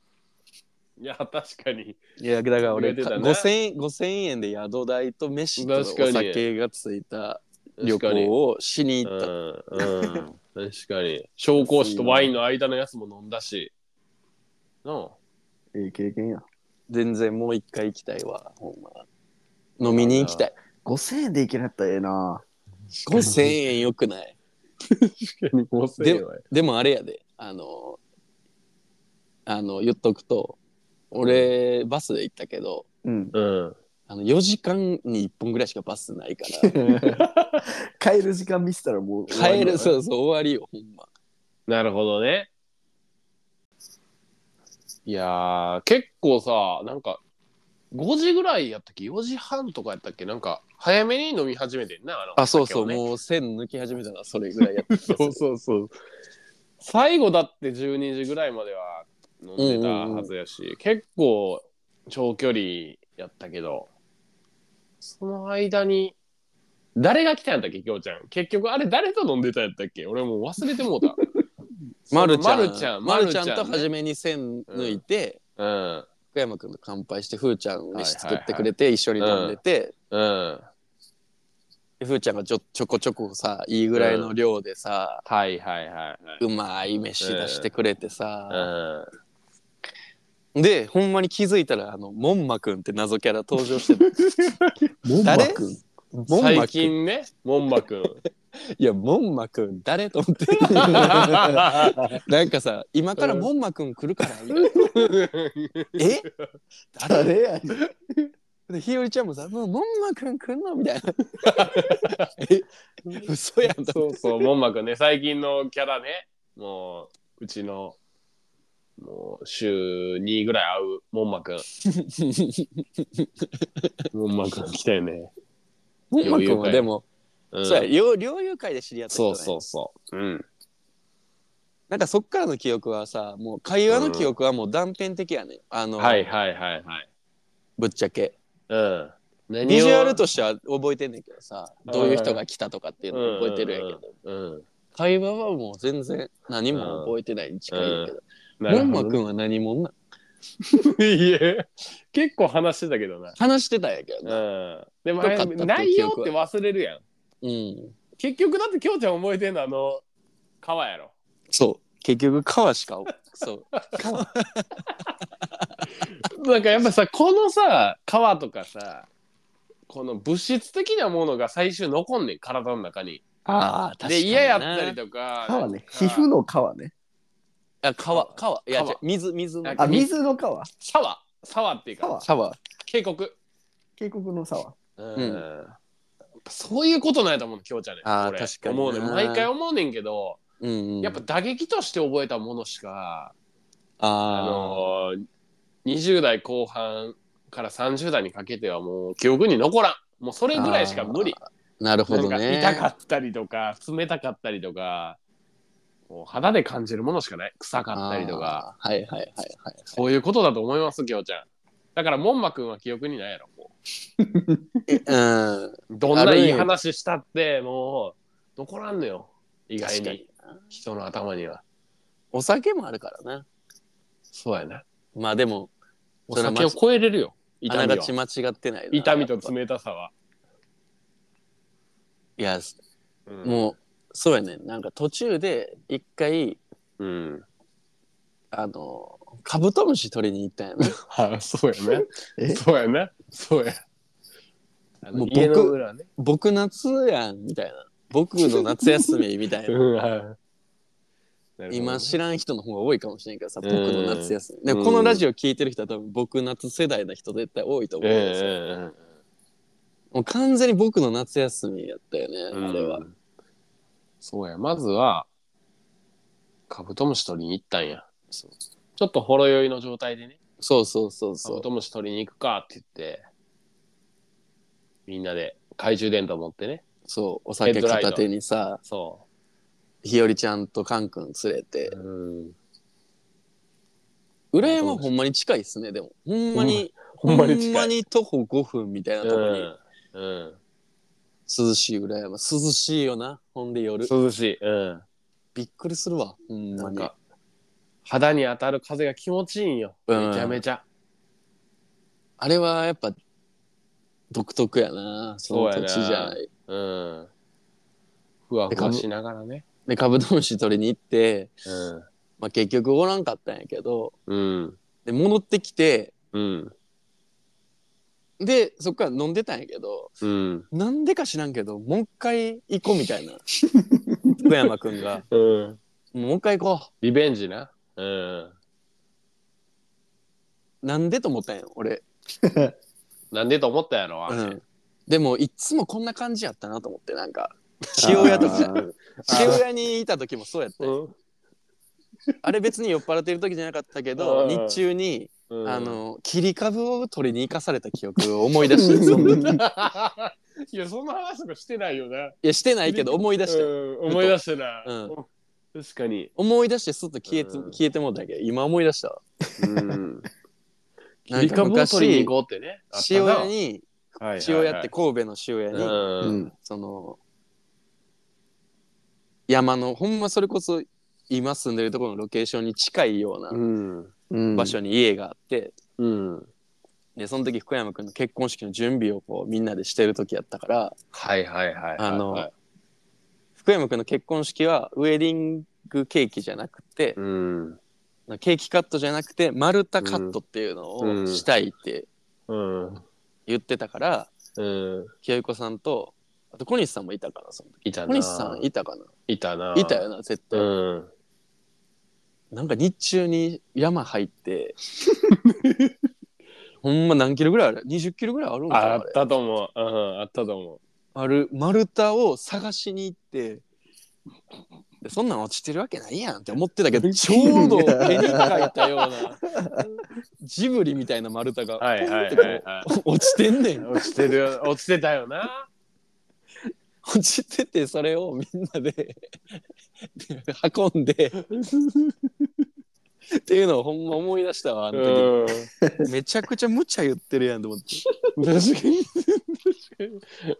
いや、確かに。
いやだから俺
入れてたな
5000円5000円で宿代と飯とお
確かに
酒がついた旅
確かに
行をしに
う
行った
ん、うん。確かに。紹興酒とワインの間のやつも飲んだし。なあ。
ええ経験や。
全然もう一回行きたいわほんま飲みに行きたい
5000円でいけなかったらええな。
5000円よくない
確かに5000円は
でもあれやであのあの言っとくと俺バスで行ったけど
うん。
うん。
あの4時間に1本ぐらいしかバスないから
帰る時間見せたらもう終わり
帰
よ
るそうそう 終わりよほんま
なるほどね。いやー、結構さ、なんか、5時ぐらいやったっけ ?4 時半とかやったっけなんか、早めに飲み始めてんな。の
あそうそう、
お酒をね
もう線抜き始めたら それぐらいやった気がする
そうそうそう。最後だって12時ぐらいまでは飲んでたはずやし、結構長距離やったけど、その間に、誰が来たんやったっけ、きょうちゃん。結局、あれ誰と飲んでたんやったっけ俺もう忘れて もうた。
まるち
ま
ゃん
るちゃん
まるちゃん
まるちゃん
と初めに線抜いて、
うん。
福山君と乾杯してふーちゃんに飯作ってくれて、一緒に飲んでて、
うん。
でふーちゃんがちょちょこちょこさいいぐらいの量でさ、
はいはいは
うまい飯出してくれてさ、
い。
でほんまに気づいたらあの門馬くんって謎キャラ登場して る
モンマ
誰
君
う
門
ん。
馬くん
最近ね、門馬 くん。
いや門馬くん誰と思って なんかさ今から門馬くん来るからみたいな、え誰
誰やねん
でひよりちゃんもさ「もう門馬くん来んの?」みたいな え嘘やんと
そうそう、門馬くんね、最近のキャラね、もう、うちの、もう、週2ぐらい会う門 馬くん。門馬くん来たよね。
門馬くんはでも、
うん、
そうや猟猟友会で知り合った人
そ
ね
うそうそう。うん。
なんかそっからの記憶はさもう会話の記憶はもう断片的やね、あの、
はいはいはいはい。
ぶっちゃけ
うん。何を
ビジュアルとしては覚えてんねんけどさどういう人が来たとかっていうのを覚えてるんやけど、
うん。
会話はもう全然何も覚えてないに近いんやけど、
なるほどね
門馬くんは何者なん
いえ結構話してたけどな。
話してたんやけどな
うん。でも
よかったっていう
内
記
容っ
憶は
て忘れるやん。
うん
結局だってきょうちゃん覚えてんのあの川やろ。
そう結局川しかそう
なんかやっぱさこのさ川とかさこの物質的なものが最終残んねん体の中に。
ああ、確かにな。
で嫌やったりとか。
川ね
あ
皮膚の川ね
あ、川、川。いや、
川
違う水、水の。
あ
あ水の川
沢沢っていうか
川
川。
渓谷。
渓谷の沢
うんそういうことないと思うのきょうちゃんね。
あー
俺
確かにな
思うねん毎回思うねんけど、
うん、うん。
やっぱ、打撃として覚えたものしか。あ
あ
のー、20代後半から30代にかけてはもう記憶に残らんもうそれぐらいしか無理
あ、なるほ
なん
ど
か
ね。
痛かったりとか冷たかったりとかもう肌で感じるものしかない臭かったりとか
あー。はいはいはいはいはい。
そういうことだと思いますきょうちゃんだから門馬くんは記憶にないやろも
うん。
うどんないい話したってもう残らんのよ意外
確か
に
に。
人の頭には
お酒もあるからな。
そうやな
まあでも、
お
それは
酒を超えれるよ
あ
痛
な
み
が
は
ち間違ってないな。
痛みと
やっ
冷たさは、
ぱいや、
うん
もう、そうやね。なんか途中で、一回、
うん
あの、カブトムシ取りに行っ たんやな。
あそう やね
え
そうやね。そうや。あの
もう
家の
僕
裏ね。
僕夏やん、みたいな。僕の夏休み、みたいな。今知らん人の方が多いかもしれんけどさ、
うん
僕の夏休み。で
うん
このラジオ聞いてる人は多分僕夏世代の人絶対多いと思うんですよ。
え
もう完全に僕の夏休みやったよね、
えうん
あれは。
そうや、まずは、カブトムシ取りに行ったんや。ちょっとほろ酔いの状態でね、
そうそうそう
カブ
そ
トムシ取りに行くかって言って、みんなで懐中電灯持ってね、
う。そう、お酒片手にさ、
そ
ひよりちゃんとカン君連れて
う。。うん、
浦山ほんまに近いっすね、でも。ほんまに、
ほんまに
ほんま
近い。
に徒歩5分みたいなとこ
う
に、
んうん、
涼しい浦山。涼しいよな、ほんで夜。
涼しい、うん、
びっくりするわ、ほん
な
ま
ん
に。
か肌に当たる風が気持ちいいんよ、
うん
めちゃめちゃ
あれはやっぱ、独特やな、その土地じゃ
そうや
ない。
うん。ふわふわしながらね。
でカブトムシ取りに行って、まあ、結局おらんかったんやけど
うん。うん。
で戻ってきて
うん。
でそっから飲んでたんやけど
うん。
なんでか知らんけどもう一回行こうみた いな福山君が
うん。
「もう一回行こ
リベンジな。うん。
う」なんでと思ったんや俺、
なんでと思ったやろ、あ
う
れ
ん、でもいっつもこんな感じやったなと思ってなん か塩屋 とか
あー
塩屋にいた時もそうやって
うん
あれ別に酔っ払ってる時じゃなかったけど
うん
日中に
うん
あの切り株を取りに行かされた記憶を思い出してそのい
いや、そんな話とかしてないよな。
やしてないけど思い出した
うん思い出してな。
うん
確かに。
思い出してすっと消えつ、
うん
消えてもうたけど今思い出したわ
うん。
な
リ
んか
カブを取り
昔
に行こうってね。あったな
塩屋、に
はい
塩屋って。神戸の塩屋
はい
に、
はいうん。
その山のほんまそれこそ今住んでるところのロケーションに近いような
うん。
うん
場所に家があって、
うん。
でその時福山君の結婚式の準備をこうみんなでしてる時やったから
はいはいはいはい、はい。
あの福山君の結婚式はウェディングケーキじゃなくて、
うん。
ケーキカットじゃなくて丸太カットっていうの
うんう
を
ん
したいって
うん。
言ってたから、
うん。
清子さんとあと小西さんもいたかなその時
いたな。
小西さんいたかない
たな。
いたよな絶対、
うん。
なんか日中に山入って ほんま何キロぐらいある20キロぐらいあるんかな
あ
あ
っ
れ
たと思う。うん。あったと思う。
ある丸太を探しに行ってでそんなん落ちてるわけないやんって思ってたけどちょうど絵に描いたようなジブリみたいな丸太が
はいはいはいは
落ちてんね
い。
ん
落ちてる、落ちてたよな。
落ちててそれをみんなでで運んでっていうのをほんま思い出したわあ
う
の時、
ん。
めちゃくちゃ無茶言ってるやんと思って
確かに。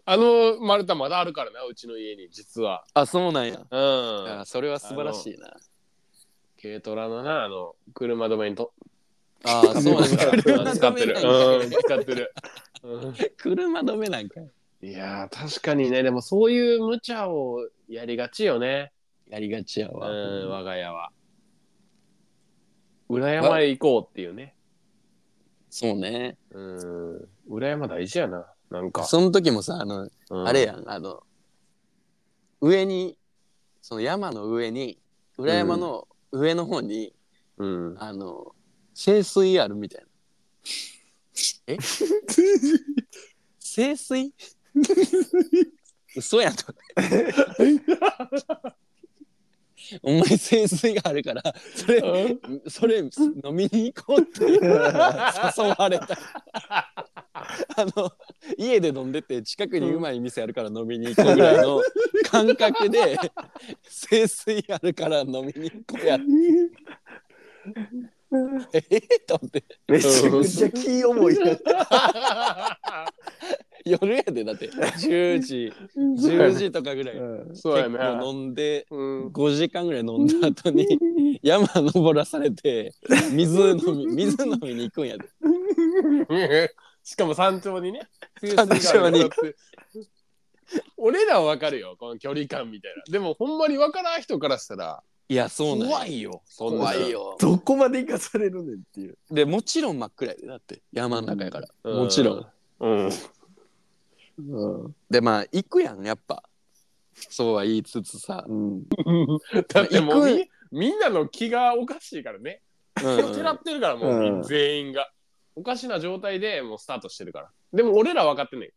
あの丸太まだあるからな、うちの家に、実は。
あそうなんや
う
いや
ん。
それは素晴らしいな
軽トラのな、あの、車止めにと。
あ あそうなんだ
うん 使ってる。うん、使ってる。うん
車止めなんかい
いやー確かにねでもそういう無茶をやりがちよね
やりがちや
うん
わ、
我が家は裏山へ行こうっていうね
そうね
うん裏山大事やななんか、
その時もさあの、
うん
あれやんあの上にその山の上に裏山の上の方に、
うん
あの清水あるみたいなえ清水嘘や んとお前清水があるからそれそれ飲みに行こうって誘われたあの家で飲んでて近くにうまい店あるから飲みに行こうぐらいの感覚で清水あるから飲みに行こうやってええと思って
めちゃくちゃ気重いやん。
夜やでだって10時10時とかぐらい
そうやね
結構飲んで
うん
5時間ぐらい飲んだ後に山登らされて水飲み水飲みに行くんやで
しかも山頂にね
山頂に
俺らは分かるよこの距離感みたいなでもほんまに分からん人からしたら
いやそうなんや
怖いよそんな
怖いよ
どこまで行かされるねんっていう。
でもちろん真っ暗やでだって山の中やから、
うん
もちろん
うん
うん
でまあ行くやんやっぱそうは言いつつさ、
うん。
だってもう
行
みみんなの気がおかしいからね
うん
気をてらってるからもう、
うん
全員がおかしな状態でもうスタートしてるからでも俺ら分かってんねん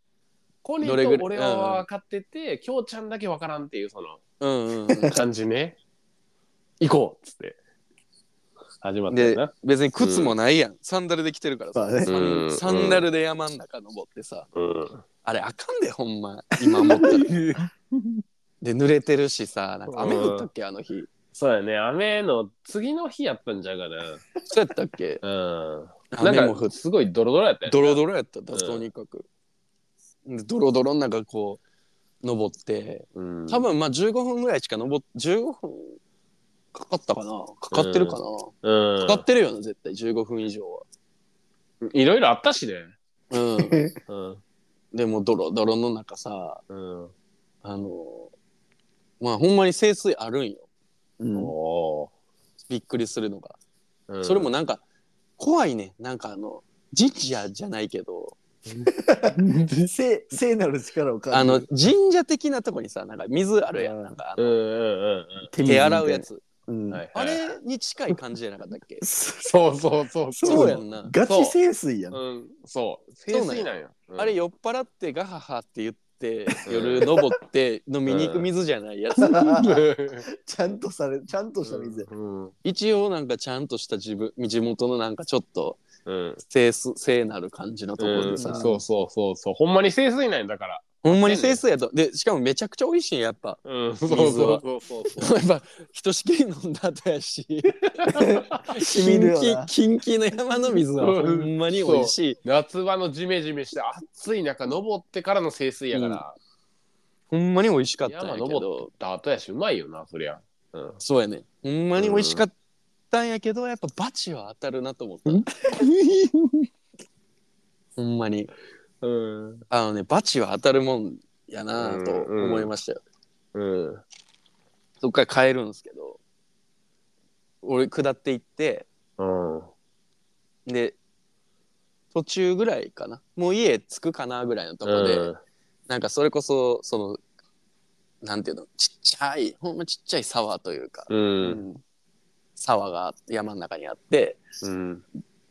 コニ
どれぐ
ー
ら
と
い
俺らは分かっててきょうちゃんだけ分からんっていうその
うんうんうん
感じね行こうっつって始まったよ
で
な
別に靴もないやん、サンダルで来てるからさ、
そうだね
サン
うん
サンダルで山ん中登ってさ、
うん
あれあかんでほんま今思ったら で濡れてるしさなんか雨降ったっけあの日
そうやね雨の次の日やったんじゃうかな
そうやったっけ
うん
雨
な
も
ん
降っ
かすごいドロドロやったよね
ドロドロやっただとにかく、でドロドロの中こう登って
うん
多分まあ15分ぐらいしか登っ15分かかったかなかかってるかな、
うん
かかってるよな絶対15分以上は。
いろいろあったしね
うん、
うん
でもドロドロの中さ
うん
あのまあほんまに清水あるんよ
うん
お
びっくりするのが、
ーうん
それもなんか怖いねなんかあの神社じゃないけど
聖聖なる力を感じる
あの神社的なとこにさなんか水あるや
うんん
なんかあ
う
の
んうんうん
手洗うや。つ
うん
うんはいはい
あれに近い感じじゃなかったっけ
そうそうそう
そう
そうやんな
ガチ聖水やん。
うん、そう。
そう
清
なんや
水なんや。うん
あれ、酔っ払ってガハハって言って夜登って飲みに行く水じゃないやつ
ちゃんとされ、ちゃんとした水。
うん、うん
一応なんかちゃんとした自分地元のなんかちょっと
うん。
聖す聖なる感じのところでさ、
うん
そうそうそうそう。ほんまに清水なんやだから。
ほんまに清水やと。で、しかもめちゃくちゃ美味しいんややっぱ。
うん、そうそうそうそう。
やっぱ、ひとしきり飲んだ後やし、キ
染みる
ン
よ
キ
な
キンキンの山の水はほんまに美味しい。
夏場のジメジメして暑い中登ってからの清水やから、
ほんまに美味しかったんや
山
け
登っ
ど、
た後やしうまいよなそりゃ、うん、
そうやね。ほんまに美味しかったんやけど、やっぱバチは当たるなと思った。ほんまに
うん。
あのねバチは当たるもんやなと思いましたよ、
うん。
そっから帰るんですけど俺下って行って
うん。
で途中ぐらいかなもう家着くかなぐらいのとこで、
うん
なんかそれこそそのなんていうのちっちゃいほんまちっちゃい沢というか、
うん。
沢が山の中にあって
うん。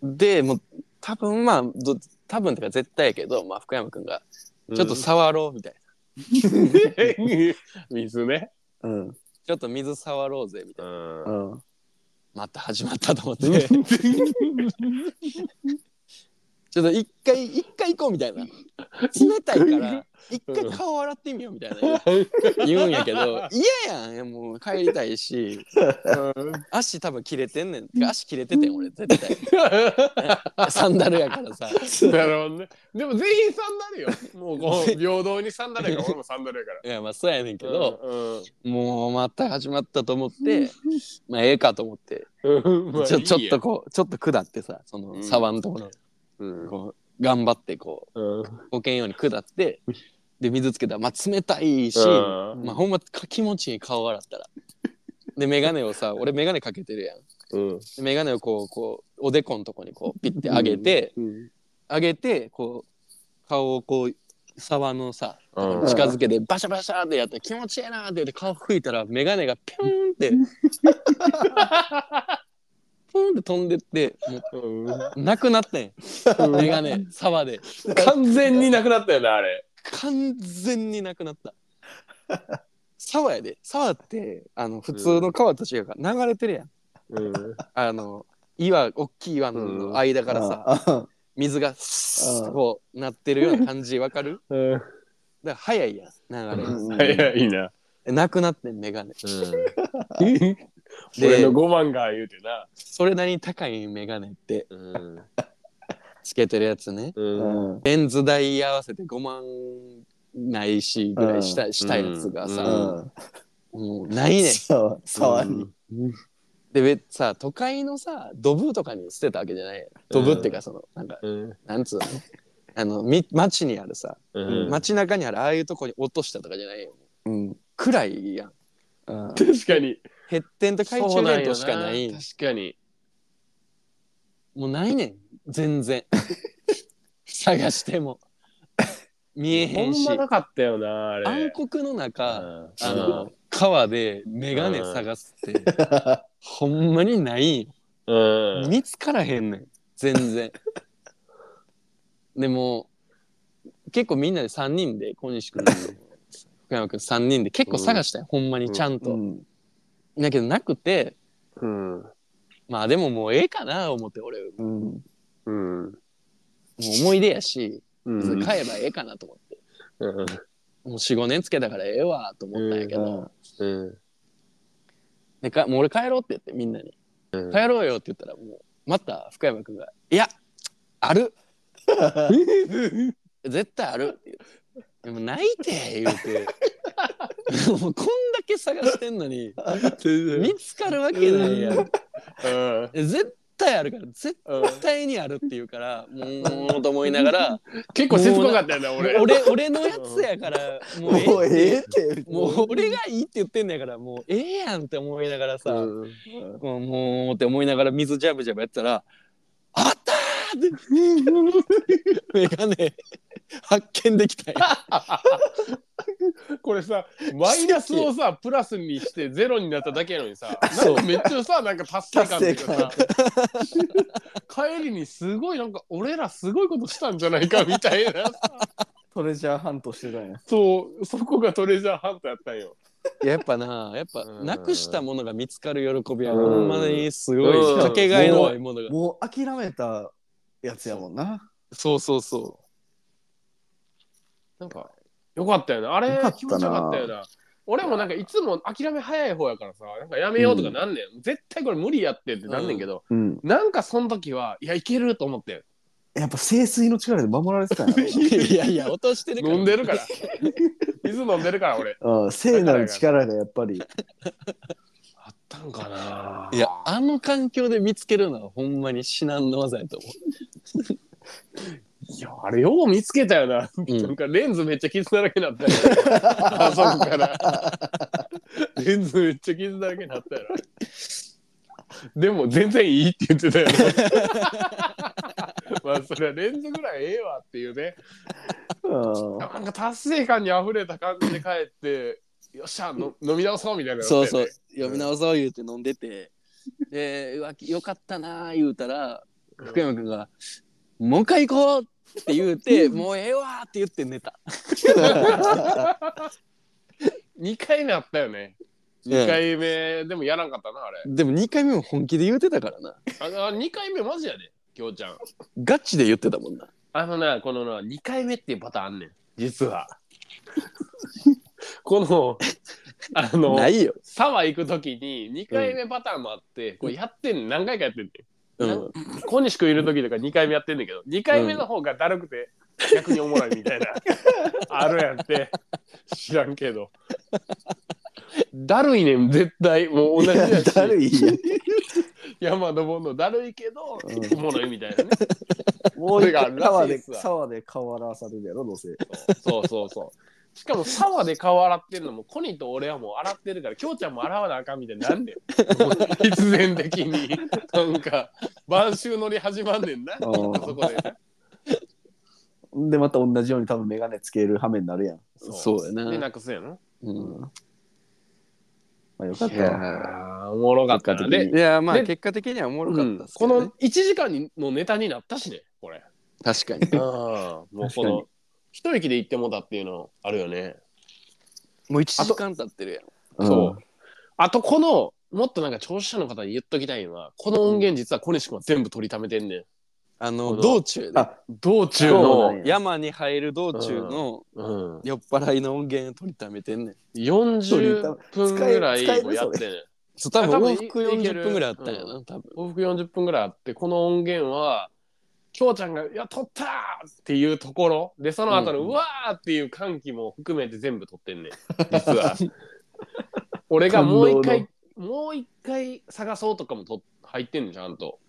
でもう多分まあど多分とか絶対やけど、まあ、福山君が「ちょっと
さ、
触ろう」みたいな、
水ね。
うん
ちょっと水触ろうぜ」みたいな
うん
う。ん
また始まったと思 ってちょっと一回一回行こうみたいな冷たいから一回顔洗ってみようみたいな言うんやけ ど嫌やんいやもう帰りたいし足多分切れてんねんてか足切れててん俺絶対サンダルやからさ
なるほどね。でも全員サンダルよ。もうこう平等にサンダルやから、俺もサンダルやから。
いやまあそうやねんけ
け
ど、
ど、
もうまた始まったと思ってまあええかと思って
うん
ちょちょっと、こうちょっと下ってさその沢のところ、
うん
こう頑張ってこう
うん
保険用に下ってで水つけたらまあ冷たいし、
うん
まあ、ほんまか気持ちいい顔洗ったらで眼鏡 をさ俺眼鏡かけてるやん
うん
で眼鏡をこうこうおでこのとこにこうピッて上げて、上げてこう顔をこう沢のさ
うん
近づけてバシャバシャってやって気持ちいいなって言って顔拭いたら眼鏡がピューン ってピューンって飛んでっても
うん
うなくなってん眼鏡沢で
完全になくなったよね、あれ。
完全になくなった 沢やで沢ってあの普通の川と違うから流れてるやん
うん
あの岩大きい岩の間からさ、
さ
水がスーッ
うん
こうなってるような感じわかる
うん
だから早いやん流れが
早いな。
でなくなってんメガネで
俺の5万が言うてな。
それなりに高いメガネって
うん
つけてるやつね
うん
レンズ代合わせて5万ないしぐらいした,、
う
したやつが
う
さ、
ん
もうないねん
沢に
でべさ都会のさドブとかに捨てたわけじゃないやんドブっていうかその、なんか
うん
な んつうのあのみ町にあるさ
うん
街中にあるああいうとこに落としたとかじゃないよ
うん
暗いやん
うん
確かに。
減ってんと懐中電灯しかない
そうなんよ確かに。
もうないねん全然探しても見えへんし
ほんまなかったよな、あれ。
暗黒の中
うん
あの川で眼鏡探す ってほんまにないんよ
うん。
見つからへんねん全 然でも結構みんなで3人で小西君と福山君3人で結構探したよ、ほんまにちゃんと、
うん
だけどなくて
うん。
まあでももうええかな思って俺も
うん
うん。
う思い出やし
うん
別に買えばええかなと思って、
うん
もう45年つけたからええわと思ったんやけど、
うん
でかもう俺帰ろうって言ってみんなに、
うん
帰ろうよって言ったらもうまた福山君が「いやある 絶対ある」って言うでもないて言うてもうこんだけ探してんのに見つかるわけないやん
うん
絶対あるから絶
うん
対にあるって言うからもうと思いながら
結構しつこかったよな、俺。
俺俺のやつやからもう
もう
え
ええ
え
っ
って
て
もう俺がいいって言ってんだからもうええやんって思いながらさ、
うん
もうもうって思いながら水ジャブジャブやったら「あったー!」ってメガネ発見できたよ
これさ、マイナスをさ、プラスにしてゼロになっただけやのにさ、なんかめっちゃさ、なんか達成感っていうかさ、帰りにすごい、なんか俺らすごいことしたんじゃないかみたいな。
トレジャーハントしてたんや
そう、そこがトレジャーハントやったんよ。
いややっぱなやっぱ
うん
なくしたものが見つかる喜びは
うん
ほんまにすご
うん
いかけがえのないものが
もう諦めたやつやもんな
そうそうそ
なんか、よかったよな。あれ
よかったな
気持ちよかったよな。俺もなんかいつも諦め早い方やからさ、なんかやめようとかなんねん。絶対これ無理やってってなんねんけど、
うん
なんかその時は、いや、いけると思って。
やっぱ清水の力で守られてたんやろ
ういやいや落としてるから
飲んでるから。 水飲んでるから俺。
なうん聖なる力がやっぱり
あったんかない
やあの環境で見つけるのはほんまに至難の技やと思
いや、あれよう見つけたよな。
ん
なんかレンズめっちゃ傷だらけになったよ。あそこから。レンズめっちゃ傷だらけになったよな。でも全然いいって言ってたよ な。まあそれはレンズぐらいええわっていうね。
うん
なんか達成感にあふれた感じで帰って、よっしゃ、の飲み直そうみたいな、
そうそう。読み直そう言うて飲んでて、でうわよかったなー言うたら福山君が「もう一回行こう!」って言うて「もうええわ!」って言って寝た。
2回目あったよね。2回目でもやらんかったな、あれ。
でも2回目も本気で言うてたからな
ああ2回目マジやで、きょうちゃん。
ガチで言ってたもんな。
あのな、このな、2回目っていうパターンあんねん、実は。 この、あの、
ないよ。
沢行くときに2回目パターンもあって、これやってんねん何回かやってんね
うん、
ん。小西君いるときとか2回目やってんねんけど、2回目の方がだるくて、逆におもろいみたい な、あるやんって、知らんけど。だるいねん、絶対。もう同じやし。
だるいやん
山登るのだるいけど、
うん
おもろいみたいなね。
も
それがあるら
沢
しいっ
です
わ
沢で変わらされるやろどうせ
そうそうそう。しかも沢で顔洗ってるのもコニーと俺はもう洗ってるから京ちゃんも洗わなあかんみたいになんで必然的になんか晩秋乗り始まんねんなあ
うん
そこで
でまた同じように多分メガネつける羽目になるやん、
そうやな
でなくすやな
うん
まあ、よかった
いや
わ
ーおもろかったなで
結
いやまあ
で
結果的にはおもろか
う
っ
ん
たっすけ
こ
どね、
の1時間のネタになったしねこれ
確かに
うんもうこの一息で行ってもたっていうのあるよね
もう1時間経ってるやん
そう。あと、この、もっとなんか聴取者の方に言っときたいのは、この音源実は小西君は全部取りためてんねん。
あ
こ
の
の
道中で
あ
道中
そう
の
なん、や
山に入る道中の
うん、
酔っ払いの音源取りためてんねん
40分ぐらいもやってんねん。
そう多分
多分
往復
いける
40分ぐらいあったんやな、
う
多分
往復40分ぐらいあって、この音源は、きょうちゃんが「いや取った!」っていうところでその後の「
うん
うわ!」っていう歓喜も含めて全部取ってんねん実は俺がもう一回もう一回探そうとかもと入ってんねんちゃんと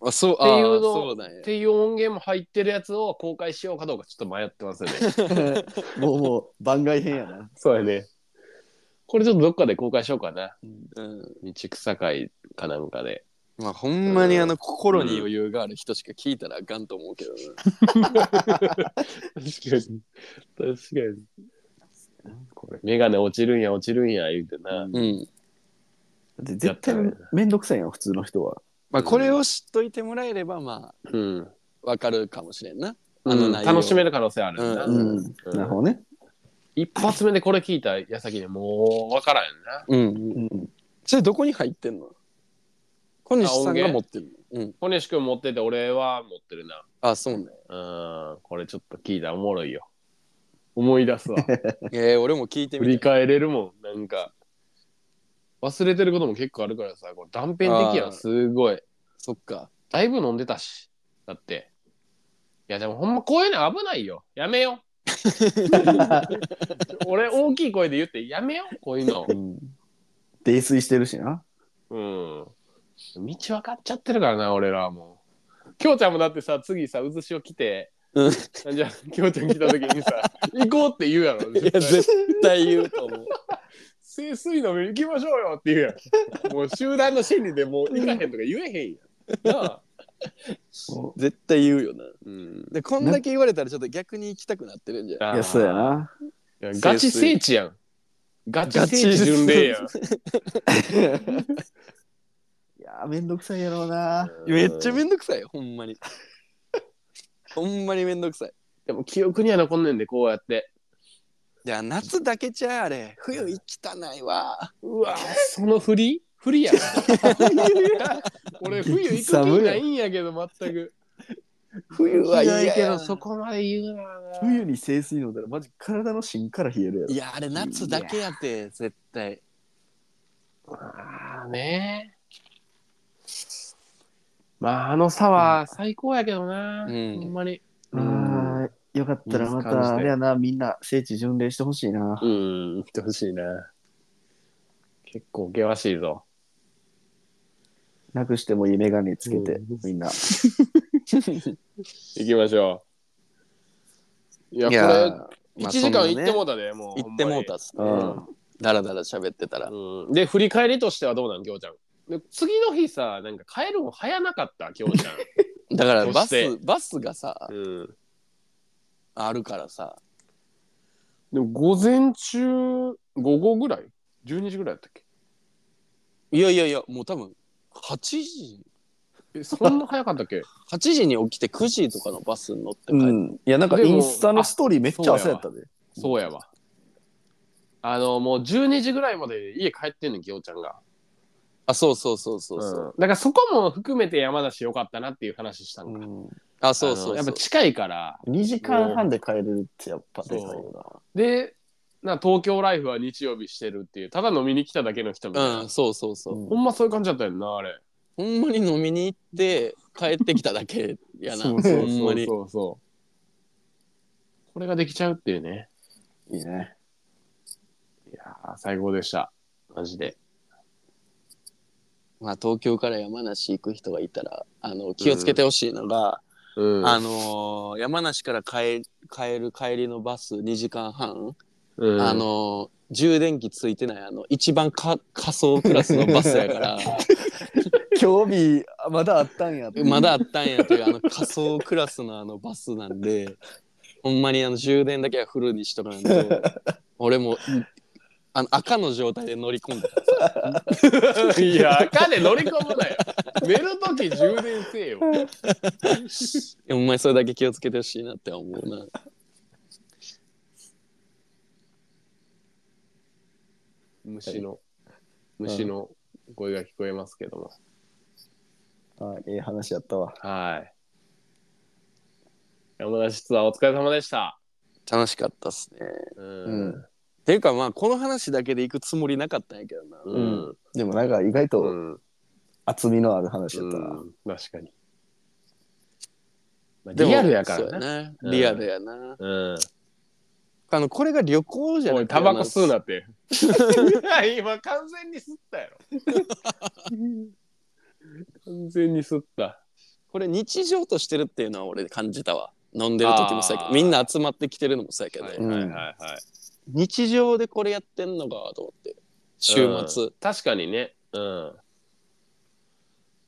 あそう
っていう
あ
の
ーそうなん
っ
や
ていう音源も入ってるやつを公開しようかどうかちょっと迷ってますよね。
もうもう番外編やな
そうやね。これちょっとどっかで公開しようかな。
うん
道草会かなんかで。
まあほんまにあの心に余裕がある人しか聞いたらあかんと思うけどな、
確かに。確かに。これ、メガネ落ちるんや落ちるんや言うてな。
うん
で絶対
やった
めんどくさいやん普通の人は
まあこれを知っといてもらえればまあ
うん。
わかるかもしれんな
う
あの
ん
内容
楽しめる可能性あるな。
う
うん、
うん
なるほどね
一発目でこれ聞いた矢先でもう分からんよな。
うん
うん
それどこに入ってんの小西さんが持ってるのうん
小西君持ってて俺は持ってるな。
あそうね
うん。これちょっと聞いたらおもろいよ。思い出すわ。
えー、俺も聞いて
振
み
り
たい
返れるもんなんか忘れてることも結構あるからさこれ断片的や
あー
んすごい
そっか
だいぶ飲んでたしだっていやでもほんまこういうの危ないよやめよ俺大きい声で言ってやめよこういうの
うん泥酔してるしな
うん道分かっちゃってるからな俺らはもうきょうちゃんもだってさ次さ渦潮来て
うんい
じゃあきょうちゃん来た時にさ行こうって言うやろ絶
や
対
絶対言うと思う
清水飲みに行きましょうよって言うやん。もう集団の心理でもう行かへんとか言えへんやん。なあ
絶対言うよな
うん。
でこんだけ言われたらちょっと逆に行きたくなってるんじゃない
いやそうや。な
ガチ聖地やん。ガチ聖地巡礼やん。
いやめんどくさいやろうな
めっちゃめんどくさいよほんまにほんまにめんどくさい
でも記憶には残んねんで、こうやって。
いや夏だけじゃあれ冬行きたないわ
うわその振り振 りやん。俺、冬行く気ないんやけど、全く。
冬は嫌や
けど、そこまで言うならな。
冬に清水飲んだらマジ体の芯から冷えるやろ
いやあれ夏だけやて絶対
まあね。まあ、あの差は最高やけどな。
うん
ほんまに。
あーよかったらま
いい感じ
た
で
あれやなみんな聖地巡礼してほしいな
うん、言ってほしいな。結構険しいぞ。
なくしてもいいメガネつけて
うん
みんな
行きましょいや
いや
これ1
まあ
時間行ってもうたで、もう
行ってもうたっすね
うん
だらだら喋ってたら
うん、で振り返りとしてはどうなん京ちゃんで次の日さなんか帰るの早なかった京ちゃん、
だから
そ
バ
して
スバスが さ
うん、
あるからさ
でも午前中午後ぐらい12時ぐらいやったっけ
いやいやいやもう多分8時
えそんな早かったっ け
8時に起きて9時とかのバスに乗って帰
う
る、
ん、いやなんかインスタのストーリーめっちゃ朝やったで
そうやわあのもう12時ぐらいまで家帰ってんねん京ちゃんが
あそうそうそうそうそう、
うんだからそこも含めて山梨良かったなっていう話したんか、
あそうそうそ
あ
う
のやっぱ近いから
2時間半で帰れるってやっぱでかいよ
でな東京ライフは日曜日してるっていうただ飲みに来ただけの人みたいな、
うんそうそうそう、
な
ほんまそういう感じだったよなあれ
ほんまに飲みに行って帰ってきただけや な
そうそう
ほん
そ
ま
う
に
そうそうこれができちゃうっていうね
うんいいね
いやー最高でしたマジで
まあ東京から山梨行く人がいたらあの気をつけてほしいのが、
うん
あのー山梨から帰帰る帰りのバス2時間半、
うん
あのー充電器ついてないあの一番か仮想クラスのバスやから
興味まだあったんやって
まだあったんやというあの仮想クラスのあのバスなんでほんまにあの充電だけはフルにしとかな いと俺もあの赤の状態で乗り込んだ
いや赤で乗り込むなよ寝る時充電せえよ
いやお前それだけ気をつけてほしいなって思うな。
虫の虫の声が聞こえますけども
あええ話やったわ
はい。山梨ツアーお疲れ様でした。
楽しかったっすね。
うん
うん
ていうかまあこの話だけで行くつもりなかったんやけどな。
うん。
でもなんか意外と
ん。
厚みのある話やったな、
確かに。まあ
でも
リアルやから
そう
ね。
やね
うん
リアルやな。
うん。
あのこれが旅行じゃ
お
ない
い、タバコ吸うなって。 今完全に吸ったやろ。完全に吸った。
これ日常としてるっていうのは俺感じたわ。飲んでる時もそうやけ
あー
ど、みんな集まってきてるのもそうやけど、
はいはいはいはい。
日常でこれやってんのかと思って。週末。
うん確かにね。うん。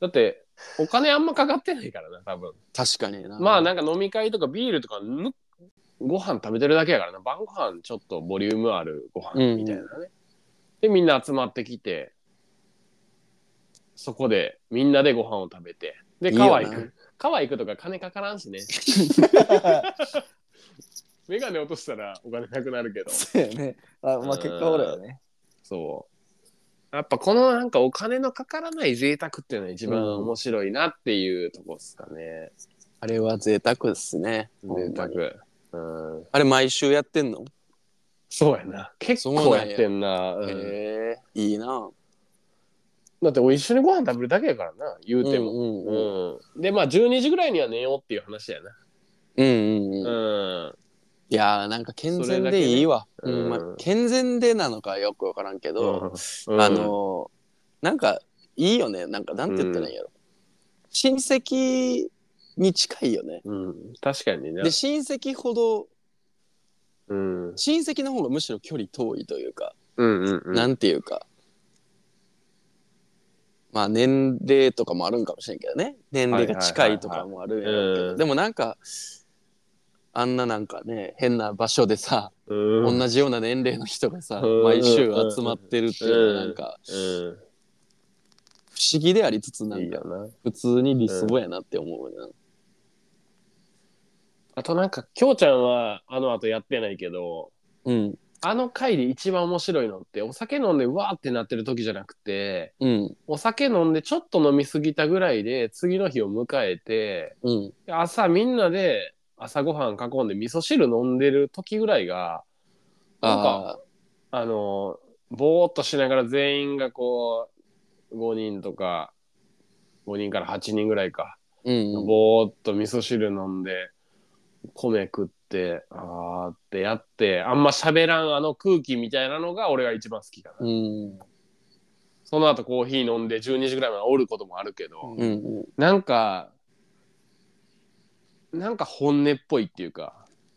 だって、お金あんまかかってないからな、多分。
確かにな。
まあなんか飲み会とかビールとかぬご飯食べてるだけやからな晩ご飯ちょっとボリュームあるご飯みたいなね、でみんな集まってきてそこでみんなでご飯を食べてで
いいよな
川行く川行くとか金かからんしねメガネ落としたらお金なくなるけど
そうやねあまあ結果俺はね
そうやっぱこのなんかお金のかからない贅沢っていうのが一番面白いなっていうとこっすかね、
あれは贅沢っすね。
贅沢うん
あれ毎週やってんの、
そうやな。結構やってんな。うん
へえいいな。
だって、一緒にご飯食べるだけやからな、言うても。
うん
う
うんうん
んで、まあ、12時ぐらいには寝ようっていう話やな。
うんうんうん
うん。
いやーなんか健全でいいわ、
それだけね
うんまあ
うん
健全でなのかよく分からんけど、
うん
あ、のーなんかいいよねなんかなんて言ったらいいんやろ、親戚に近いよね
うん、確かにね
で。親戚ほど
うん。うん
親戚の方がむしろ距離遠いというか、
うんうん。
なんていうかまあ年齢とかもあるんかもしれんけどね年齢が近いとかもあるんやろうけ
うん
どでもなんかあんななんかね変な場所でさ
うん
同じような年齢の人がさ
うん
毎週集まってるっていうのはなんか
う。
不思議でありつつなん
い
ん
い
か
よな。
普通に理想やなって思うな、
あと、なんか、きょうちゃんは、あの後やってないけど、
うん、
あの回で一番面白いのって、お酒飲んでわーってなってる時じゃなくて、
うん
お酒飲んでちょっと飲みすぎたぐらいで、次の日を迎えて、
うん
で朝みんなで朝ごはん囲んで味噌汁飲んでる時ぐらいがなんか
あ
あのぼーっとしながら全員がこう5人とか5人から8人ぐらいか、
ーうん
ぼーっと味噌汁飲んで米食ってあーってやってあんま喋らんあの空気みたいなのが俺が一番好きかな、
うん
その後コーヒー飲んで12時ぐらいまでおることもあるけど、
うんうん
なんかなんか本音っぽいっていうか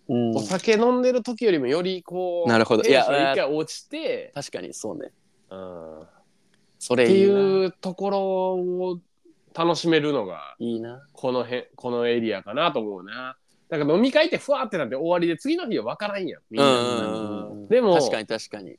ううん
お酒飲んでる時よりもよりこう
なるほど
テンション
いや
一回落ちて、
確かにそうね
うん、っ
それ
て
いいな
いうところを楽しめるのが
いいな
この辺このエリアかなと思うな。なんか飲み会ってふわってなって終わりで次の日は分からんやんみん
う
な。
んうんうん
でも
確かに確かに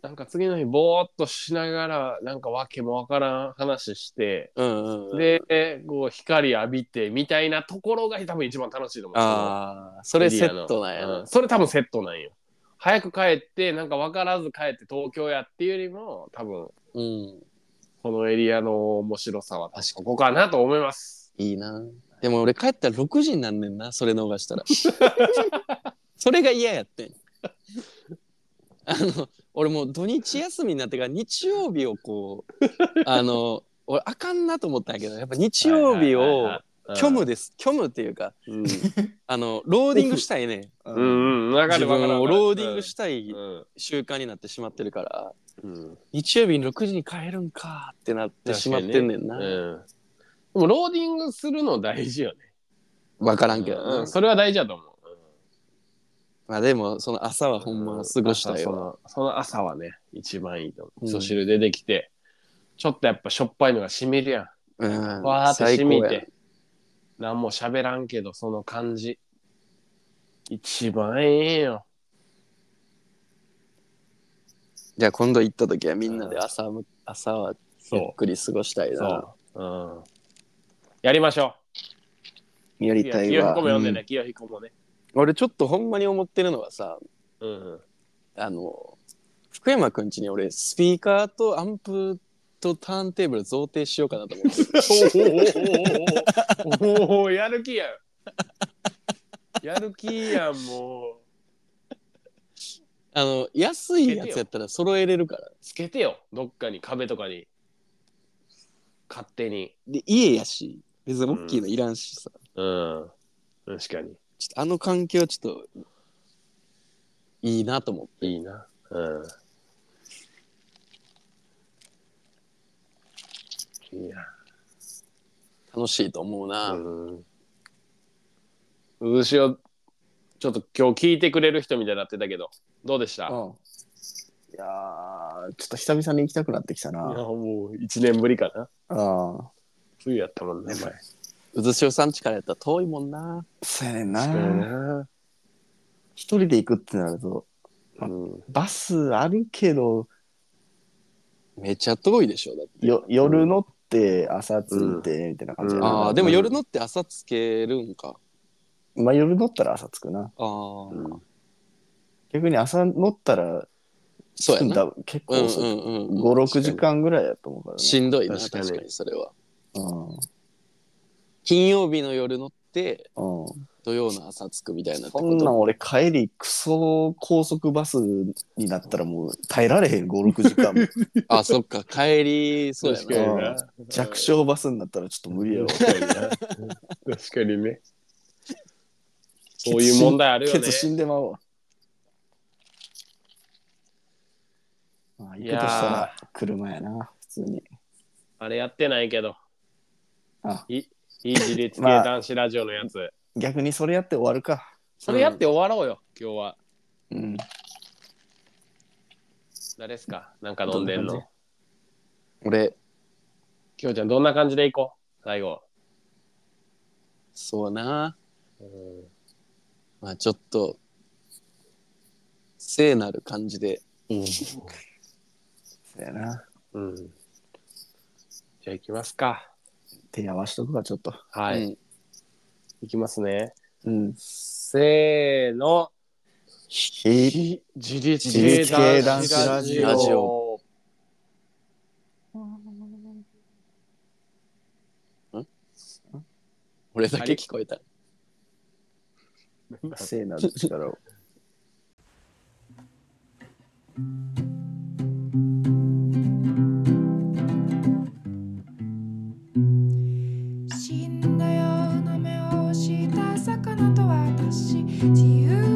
なんか次の日ぼーっとしながらなんかわけもわからん話して、
うんうんうん
でこう光浴びてみたいなところが多分一番楽しいと思う。
ああそ
その
れ
エリ
セ
アの
ットなんや
う
なん
それ多分セットなんよ。早く帰ってなんか分からず帰って東京やっていうよりも多分
うん
このエリアの面白さは確かここかなと思います。
いいなでも俺帰ったら6時になんねんなそれ 逃したらそれが嫌やってんあの俺もう土日休みになってから日曜日をこ うあの俺あかんなと思ったんやけどやっぱ日曜日
はいはい
を
はいはい
虚無です虚無っていうか
うん
あのローディングしたいね
う
うん
んうん、わか
自
るわかるわ
分を
かる。
ローディングしたい
うん
習慣になってしまってるから
うん
日曜日に6時に帰るんかってなってしまってんねんな
う
わか,、
ん。でもローディングするの大事よね。
らんけどな、
うん、それは大事だと思う。
まあでもその朝はほんま過ごしたよ、
よ。その朝はね、一番いいと思う。
うん
味噌汁出てきて、ちょっとやっぱしょっぱいのがしみるや
うん
ん。わーってしみ
最
て。何も喋らんけど、その感じ。一番ええよ。
じゃあ今度行った時はみんなで朝む、朝はゆっ
そ。
くり過ごしたいうな。
そう。うん。やりましょ
や
う。
りたい
清
わ
彦も読んでね、清彦もね。
俺ちょっとほんまに思ってるのはさ、
うん。
あの、福山くんちに俺スピーカーとアンプとターンテーブル贈呈しようかなと 思ってる。
おーおーおーおーおーおーやる気やんやる気やんも
あの、安いやつやったら揃えれるから
う。つけてよどっかに壁とかに勝手に
で、家やし、別に大きいのいらんしさ。
うん確かに
ちょっとあの環境ちょっと、いいなと思って。
いいなうんいや
楽しいと思うな。
うんうずしおちょっと今日聞いてくれる人みたいになってたけどどうでした
うんいやーちょっと久々に行きたくなってきた
いや
な
もう1年ぶりかな
あ
冬やったもんね前
うずしおさんちからやったら遠いもんな。
そうやねん
確かに
な
な
一人で行くってなると
うん
バスあるけど
めちゃ遠いでしょ、だって。
よ夜乗って朝着いてみたいな感じやな、
あ
う
あ
ん
でも夜乗って朝つけるんか。
まあ夜乗ったら朝着くな
ああ、
うん
逆に朝乗ったら
そう
着
や
くん
な。
だ結
う
構
んう
遅い、
んうんうん。
56時間ぐらいやと思うから
しんどいな確
確
か
かに
にそれは。
な
金曜日の夜乗って
うんうん
土曜の朝着くみたいなって
そ
こ
んなん
と。
俺帰りクソ高速バスになったらもう耐えられへん56時間も
あそっか帰りそうや
確かに
な。
な
な
弱小バスになったらちょっと無理やわ
確かにな確かにねそういう問題あるよね
ケツ死んでまうわまあ行くとした
いや
ら車やな普通に
あれやってないけど
あ
いい自立系
まあ
男子ラジオのやつ、
逆にそれやって終わるか
それやって終わろうよ今日は
うん
誰ですかなんか飲んでん
どん
の
な感
俺
きょうちゃんどんな感じでいこう最後
そうな。
うん
まあちょっと聖なる感じで。
そうやな
うんじゃあ行きますか
手合わしとくかちょっと
はい、
うん
行きますね
うん
せーの
ひ
自立
系
系
男
男
子
子
ラ
ラ
ジ
ジ
オ
オ
俺だけ聞こえた。
聖なる力を
死んだような目をした魚と私自由